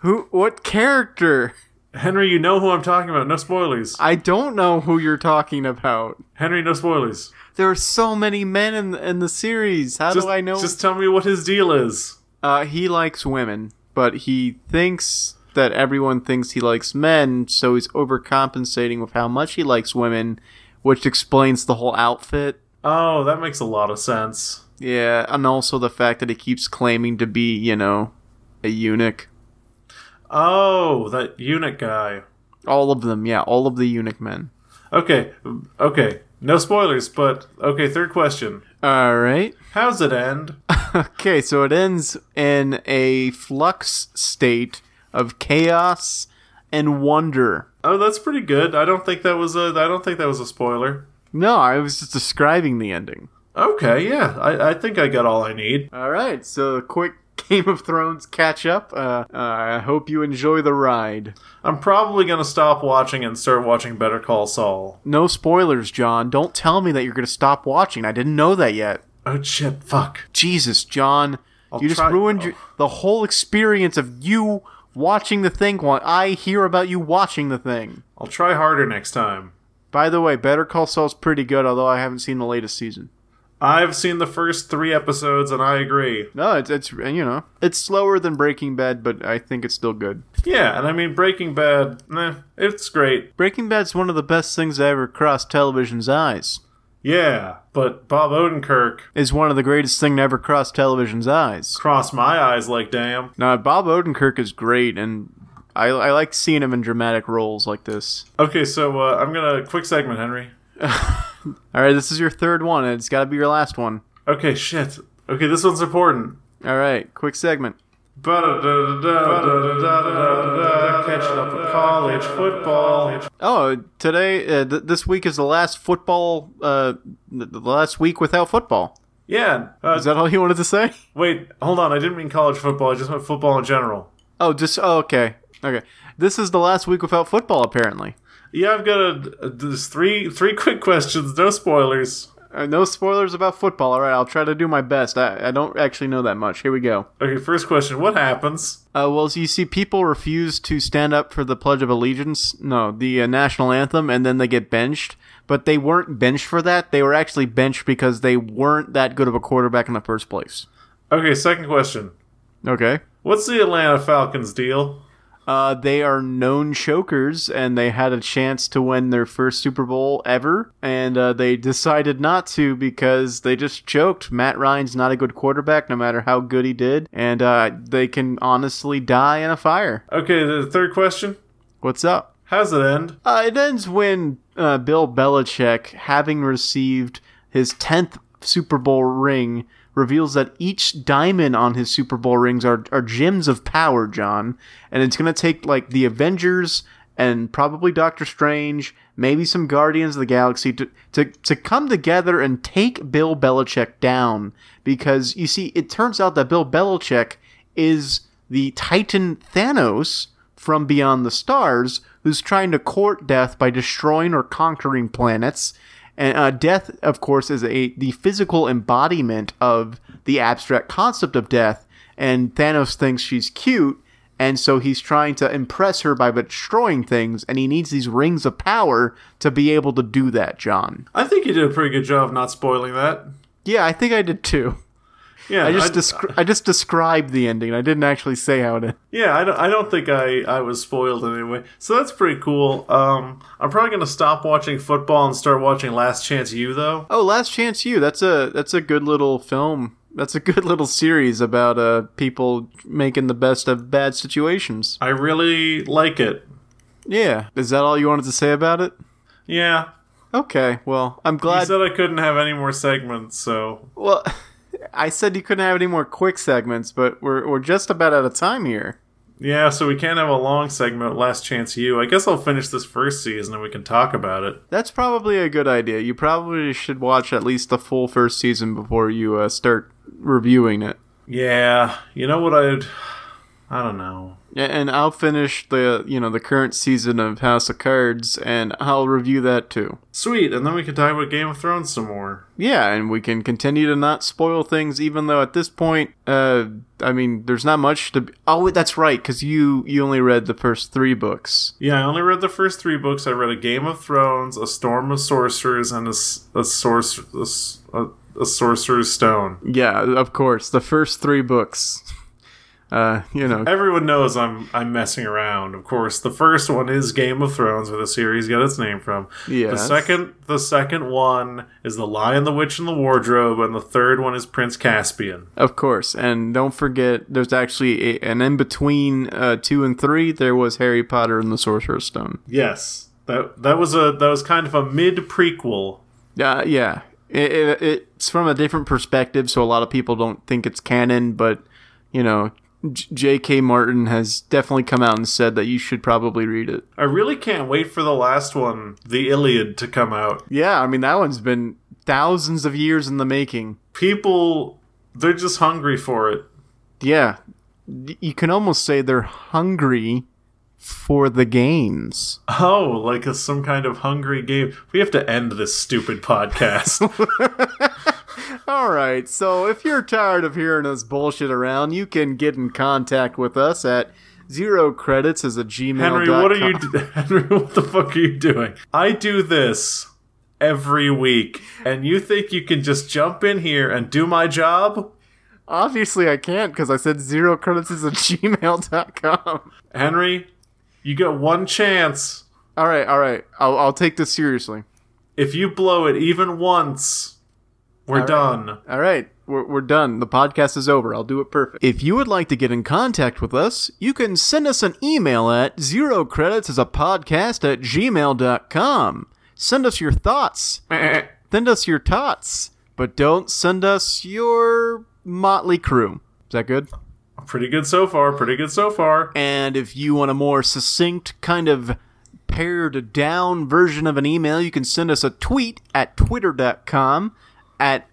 [SPEAKER 1] who? What character?
[SPEAKER 2] Henry, you know who I'm talking about. No spoilers.
[SPEAKER 1] I don't know who you're talking about.
[SPEAKER 2] Henry, no spoilers.
[SPEAKER 1] There are so many men in in the series. How
[SPEAKER 2] Just,
[SPEAKER 1] do I know?
[SPEAKER 2] Just tell me what his deal is.
[SPEAKER 1] Uh, he likes women, but he thinks that everyone thinks he likes men, so he's overcompensating with how much he likes women, which explains the whole outfit.
[SPEAKER 2] Oh, that makes a lot of sense.
[SPEAKER 1] Yeah, and also the fact that he keeps claiming to be, you know, a eunuch.
[SPEAKER 2] Oh, that eunuch guy.
[SPEAKER 1] All of them, yeah, all of the eunuch men.
[SPEAKER 2] Okay, okay. No spoilers, but okay. Third question.
[SPEAKER 1] All right.
[SPEAKER 2] How's it end?
[SPEAKER 1] Okay, so it ends in a flux state of chaos and wonder.
[SPEAKER 2] Oh, that's pretty good. I don't think that was a. I don't think that was a spoiler.
[SPEAKER 1] No, I was just describing the ending.
[SPEAKER 2] Okay, yeah, I, I think I got all I need.
[SPEAKER 1] All right, so quick Game of Thrones catch up. Uh, uh, I hope you enjoy the ride.
[SPEAKER 2] I'm probably going to stop watching and start watching Better Call Saul.
[SPEAKER 1] No spoilers, John. Don't tell me that you're going to stop watching. I didn't know that yet.
[SPEAKER 2] Oh shit, fuck.
[SPEAKER 1] Jesus, John.
[SPEAKER 2] I'll
[SPEAKER 1] you just
[SPEAKER 2] try-
[SPEAKER 1] ruined your, the whole experience of you watching the thing while I hear about you watching the thing.
[SPEAKER 2] I'll try harder next time.
[SPEAKER 1] By the way, Better Call Saul's pretty good, although I haven't seen the latest season.
[SPEAKER 2] I've seen the first three episodes and I agree.
[SPEAKER 1] No, it's it's you know it's slower than Breaking Bad, but I think it's still good.
[SPEAKER 2] Yeah, and I mean, Breaking Bad, eh, it's great.
[SPEAKER 1] Breaking Bad's one of the best things that ever crossed television's eyes.
[SPEAKER 2] Yeah, but Bob Odenkirk
[SPEAKER 1] Is one of the greatest thing to ever cross television's eyes.
[SPEAKER 2] crossed my eyes like damn.
[SPEAKER 1] Now Bob Odenkirk is great, and I I like seeing him in dramatic roles like this.
[SPEAKER 2] Okay, so uh, I'm gonna quick segment, Henry.
[SPEAKER 1] All right, this is your third one, and it's got to be your last one.
[SPEAKER 2] Okay, shit. Okay, this one's important.
[SPEAKER 1] All right, quick segment.
[SPEAKER 2] Ba-da-da-da-da-da-da-da-da-da, Catching up with college football.
[SPEAKER 1] Oh, today, uh, th- this week is the last football, uh, th- the last week without football.
[SPEAKER 2] Yeah. Uh,
[SPEAKER 1] Is that all you wanted to say?
[SPEAKER 2] wait, hold on. I didn't mean college football. I just meant football in general.
[SPEAKER 1] Oh, just oh, okay, okay. This is the last week without football, apparently.
[SPEAKER 2] Yeah, I've got a, a there's three three quick questions. No spoilers.
[SPEAKER 1] Uh, no spoilers about football. All right, I'll try to do my best. I, I don't actually know that much. Here we go.
[SPEAKER 2] Okay, first question. What happens?
[SPEAKER 1] Uh, well, so you see, people refuse to stand up for the Pledge of Allegiance, no, the uh, national anthem, and then they get benched. But they weren't benched for that. They were actually benched because they weren't that good of a quarterback in the first place.
[SPEAKER 2] Okay, second question.
[SPEAKER 1] Okay.
[SPEAKER 2] What's the Atlanta Falcons deal?
[SPEAKER 1] Uh, they are known chokers, and they had a chance to win their first Super Bowl ever, and uh, they decided not to because they just choked. Matt Ryan's not a good quarterback, no matter how good he did, and uh, they can honestly die in a fire.
[SPEAKER 2] Okay, the third question.
[SPEAKER 1] What's up?
[SPEAKER 2] How's it end?
[SPEAKER 1] Uh, it ends when uh, Bill Belichick, having received his 10th Super Bowl ring, reveals that each diamond on his Super Bowl rings are, are gems of power, John. And it's going to take, like, the Avengers and probably Doctor Strange, maybe some Guardians of the Galaxy, to, to, to come together and take Bill Belichick down. Because, you see, it turns out that Bill Belichick is the Titan Thanos from beyond the stars who's trying to court death by destroying or conquering planets. And uh, death, of course, is a the physical embodiment of the abstract concept of death. And Thanos thinks she's cute, and so he's trying to impress her by destroying things. And he needs these rings of power to be able to do that, John.
[SPEAKER 2] I think you did a pretty good job not spoiling that.
[SPEAKER 1] Yeah, I think I did too.
[SPEAKER 2] Yeah,
[SPEAKER 1] I just
[SPEAKER 2] I-
[SPEAKER 1] descri- I just described the ending. I didn't actually say how it ended.
[SPEAKER 2] Yeah, I don't, I don't think I, I was spoiled in any way. So that's pretty cool. Um, I'm probably going to stop watching football and start watching Last Chance U, though.
[SPEAKER 1] Oh, Last Chance You. That's a that's a good little film. That's a good little series about uh people making the best of bad situations.
[SPEAKER 2] I really like it.
[SPEAKER 1] Yeah. Is that all you wanted to say about it?
[SPEAKER 2] Yeah.
[SPEAKER 1] Okay. Well, I'm
[SPEAKER 2] You
[SPEAKER 1] glad.
[SPEAKER 2] said I couldn't have any more segments, so.
[SPEAKER 1] well, I said you couldn't have any more quick segments, but we're we're just about out of time here.
[SPEAKER 2] Yeah, so we can't have a long segment, with Last Chance U. I guess I'll finish this first season and we can talk about it.
[SPEAKER 1] That's probably a good idea. You probably should watch at least the full first season before you uh, start reviewing it.
[SPEAKER 2] Yeah. You know what I'd. I don't know.
[SPEAKER 1] Yeah, And I'll finish the you know the current season of House of Cards, and I'll review that too.
[SPEAKER 2] Sweet, and then we can talk about Game of Thrones some more.
[SPEAKER 1] Yeah, and we can continue to not spoil things, even though at this point, uh, I mean, there's not much to. Be- oh, that's right, because you you only read the first three books.
[SPEAKER 2] Yeah, I only read the first three books. I read A Game of Thrones, A Storm of Sorcerers, and A, s- a, sorcer- a, s- a- a Sorcerer's Stone.
[SPEAKER 1] Yeah, of course, the first three books. Uh, you know,
[SPEAKER 2] Everyone knows I'm I'm messing around. Of course, the first one is Game of Thrones, where the series got its name from. The
[SPEAKER 1] Yes.
[SPEAKER 2] second, the second one is The Lion, the Witch, and the Wardrobe, and the third one is Prince Caspian.
[SPEAKER 1] of course, and don't forget, there's actually a, an in between uh, two and three. There was Harry Potter and the Sorcerer's Stone.
[SPEAKER 2] Yes, that that was a that was kind of a mid prequel.
[SPEAKER 1] Uh, yeah, it, it, it's from a different perspective, so a lot of people don't think it's canon. But you know, J- J.K. Martin has definitely come out and said that you should probably read it.
[SPEAKER 2] I really can't wait for the last one, The Iliad, to come out.
[SPEAKER 1] Yeah, I mean that one's been thousands of years in the making.
[SPEAKER 2] people they're just hungry for it
[SPEAKER 1] yeah, you can almost say they're hungry for the games.
[SPEAKER 2] Oh, like a, some kind of hungry game. We have to end this stupid podcast.
[SPEAKER 1] All right, so if you're tired of hearing us bullshit around, you can get in contact with us at zero credits as a gmail.
[SPEAKER 2] Henry, what are you? Do- Henry, what the fuck are you doing? I do this every week, and you think you can just jump in here and do my job?
[SPEAKER 1] Obviously, I can't because I said zero credits is a gmail.com.
[SPEAKER 2] Henry, you get one chance.
[SPEAKER 1] All right, all right. I'll, I'll take this seriously.
[SPEAKER 2] If you blow it even once, we're
[SPEAKER 1] All right.
[SPEAKER 2] done.
[SPEAKER 1] All right, we're, we're done. The podcast is over. I'll do it perfect. If you would like to get in contact with us, you can send us an email at zero credits as a podcast at gmail.com. Send us your thoughts. Send us your tots, but don't send us your motley crew. Is that good?
[SPEAKER 2] Pretty good so far. Pretty good so far.
[SPEAKER 1] And if you want a more succinct, kind of pared down version of an email, you can send us a tweet at twitter.com at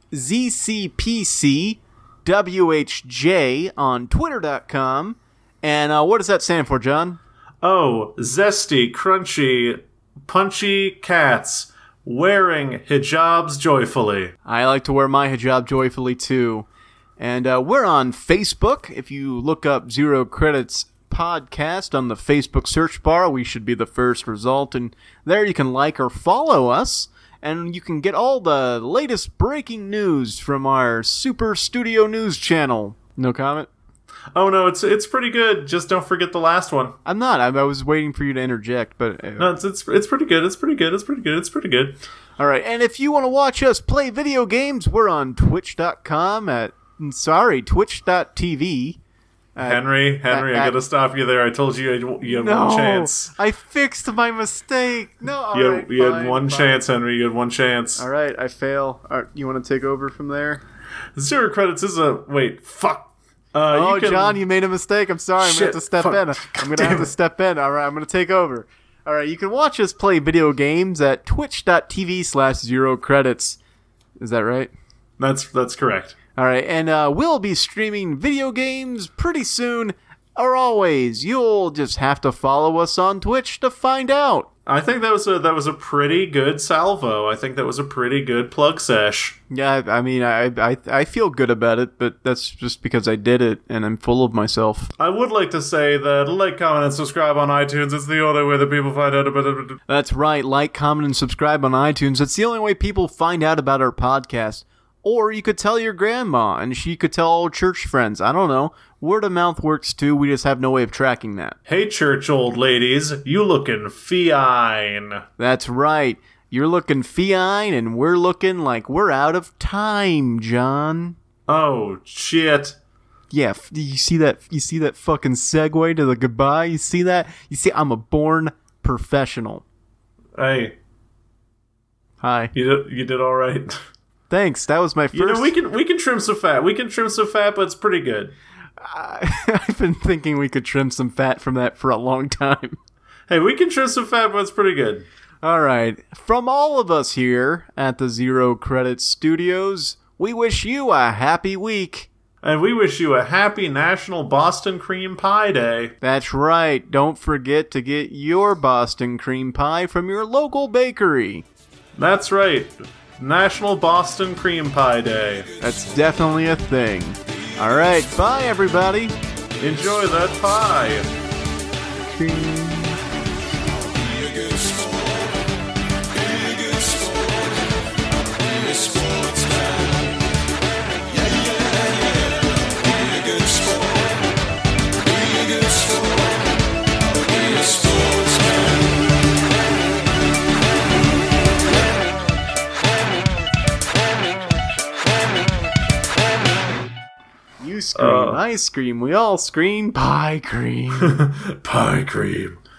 [SPEAKER 1] ZCPCWHJ on twitter.com. And uh, what does that stand for, John?
[SPEAKER 2] Oh, zesty, crunchy, punchy cats wearing hijabs joyfully.
[SPEAKER 1] I like to wear my hijab joyfully too. And uh, we're on Facebook. If you look up Zero Credits Podcast on the Facebook search bar, we should be the first result. And there you can like or follow us. And you can get all the latest breaking news from our Super Studio News channel. No comment?
[SPEAKER 2] Oh no, it's it's pretty good. Just don't forget the last one.
[SPEAKER 1] I'm not. I, I was waiting for you to interject, but. uh,
[SPEAKER 2] No, it's, it's it's pretty good. It's pretty good. It's pretty good. It's pretty good.
[SPEAKER 1] All right, and if you want to watch us play video games, we're on twitch.com at sorry, twitch.tv. Uh,
[SPEAKER 2] Henry, Henry, I,
[SPEAKER 1] I-
[SPEAKER 2] gotta stop you there. I told you you had, you had
[SPEAKER 1] No,
[SPEAKER 2] one chance.
[SPEAKER 1] I fixed my mistake. No, all
[SPEAKER 2] You had,
[SPEAKER 1] right,
[SPEAKER 2] you had
[SPEAKER 1] fine,
[SPEAKER 2] one
[SPEAKER 1] fine.
[SPEAKER 2] chance, Henry. You had one chance.
[SPEAKER 1] All right, I fail. All right, you want to take over from there?
[SPEAKER 2] Zero credits is a wait. Fuck. Uh,
[SPEAKER 1] Oh,
[SPEAKER 2] you can,
[SPEAKER 1] John, you made a mistake. I'm sorry. I'm gonna
[SPEAKER 2] Shit,
[SPEAKER 1] have to step
[SPEAKER 2] fuck.
[SPEAKER 1] in.
[SPEAKER 2] God
[SPEAKER 1] I'm gonna
[SPEAKER 2] damn
[SPEAKER 1] have
[SPEAKER 2] it.
[SPEAKER 1] to step in. All right, I'm gonna take over. All right, you can watch us play video games at Twitch.tv/slash zero credits. Is that right?
[SPEAKER 2] That's that's correct.
[SPEAKER 1] All right, and uh, we'll be streaming video games pretty soon. Or always, you'll just have to follow us on Twitch to find out.
[SPEAKER 2] I think that was a that was a pretty good salvo. I think that was a pretty good plug sesh.
[SPEAKER 1] Yeah, I I mean, I, I I feel good about it, but that's just because I did it and I'm full of myself.
[SPEAKER 2] I would like to say that like, comment, and subscribe on iTunes. It's the only way that people find out about it.
[SPEAKER 1] That's right. Like, comment, and subscribe on iTunes. That's the only way people find out about our podcast. Or you could tell your grandma, and she could tell all church friends. I don't know. Word of mouth works too. We just have no way of tracking that.
[SPEAKER 2] Hey, church old ladies, you looking fine?
[SPEAKER 1] That's right. You're looking fine, and we're looking like we're out of time, John.
[SPEAKER 2] Oh shit.
[SPEAKER 1] Yeah, f- you see that? You see that fucking segue to the goodbye? You see that? You see, I'm a born professional.
[SPEAKER 2] Hey,
[SPEAKER 1] Hi.
[SPEAKER 2] you did, you did all right.
[SPEAKER 1] Thanks. That was my first.
[SPEAKER 2] You know, we can we can trim some fat. We can trim some fat, but it's pretty good.
[SPEAKER 1] I've been thinking we could trim some fat from that for a long time.
[SPEAKER 2] Hey, we can trim some fat, but it's pretty good.
[SPEAKER 1] All right. From all of us here at the Zero Credit Studios, we wish you a happy week.
[SPEAKER 2] And we wish you a happy National Boston Cream Pie Day.
[SPEAKER 1] That's right. Don't forget to get your Boston cream pie from your local bakery.
[SPEAKER 2] That's right, National Boston Cream Pie Day.
[SPEAKER 1] That's definitely a thing. All right. Bye, everybody.
[SPEAKER 2] Enjoy that pie.
[SPEAKER 1] You scream, I scream, we all scream, pie cream.
[SPEAKER 2] Oh. Pie cream.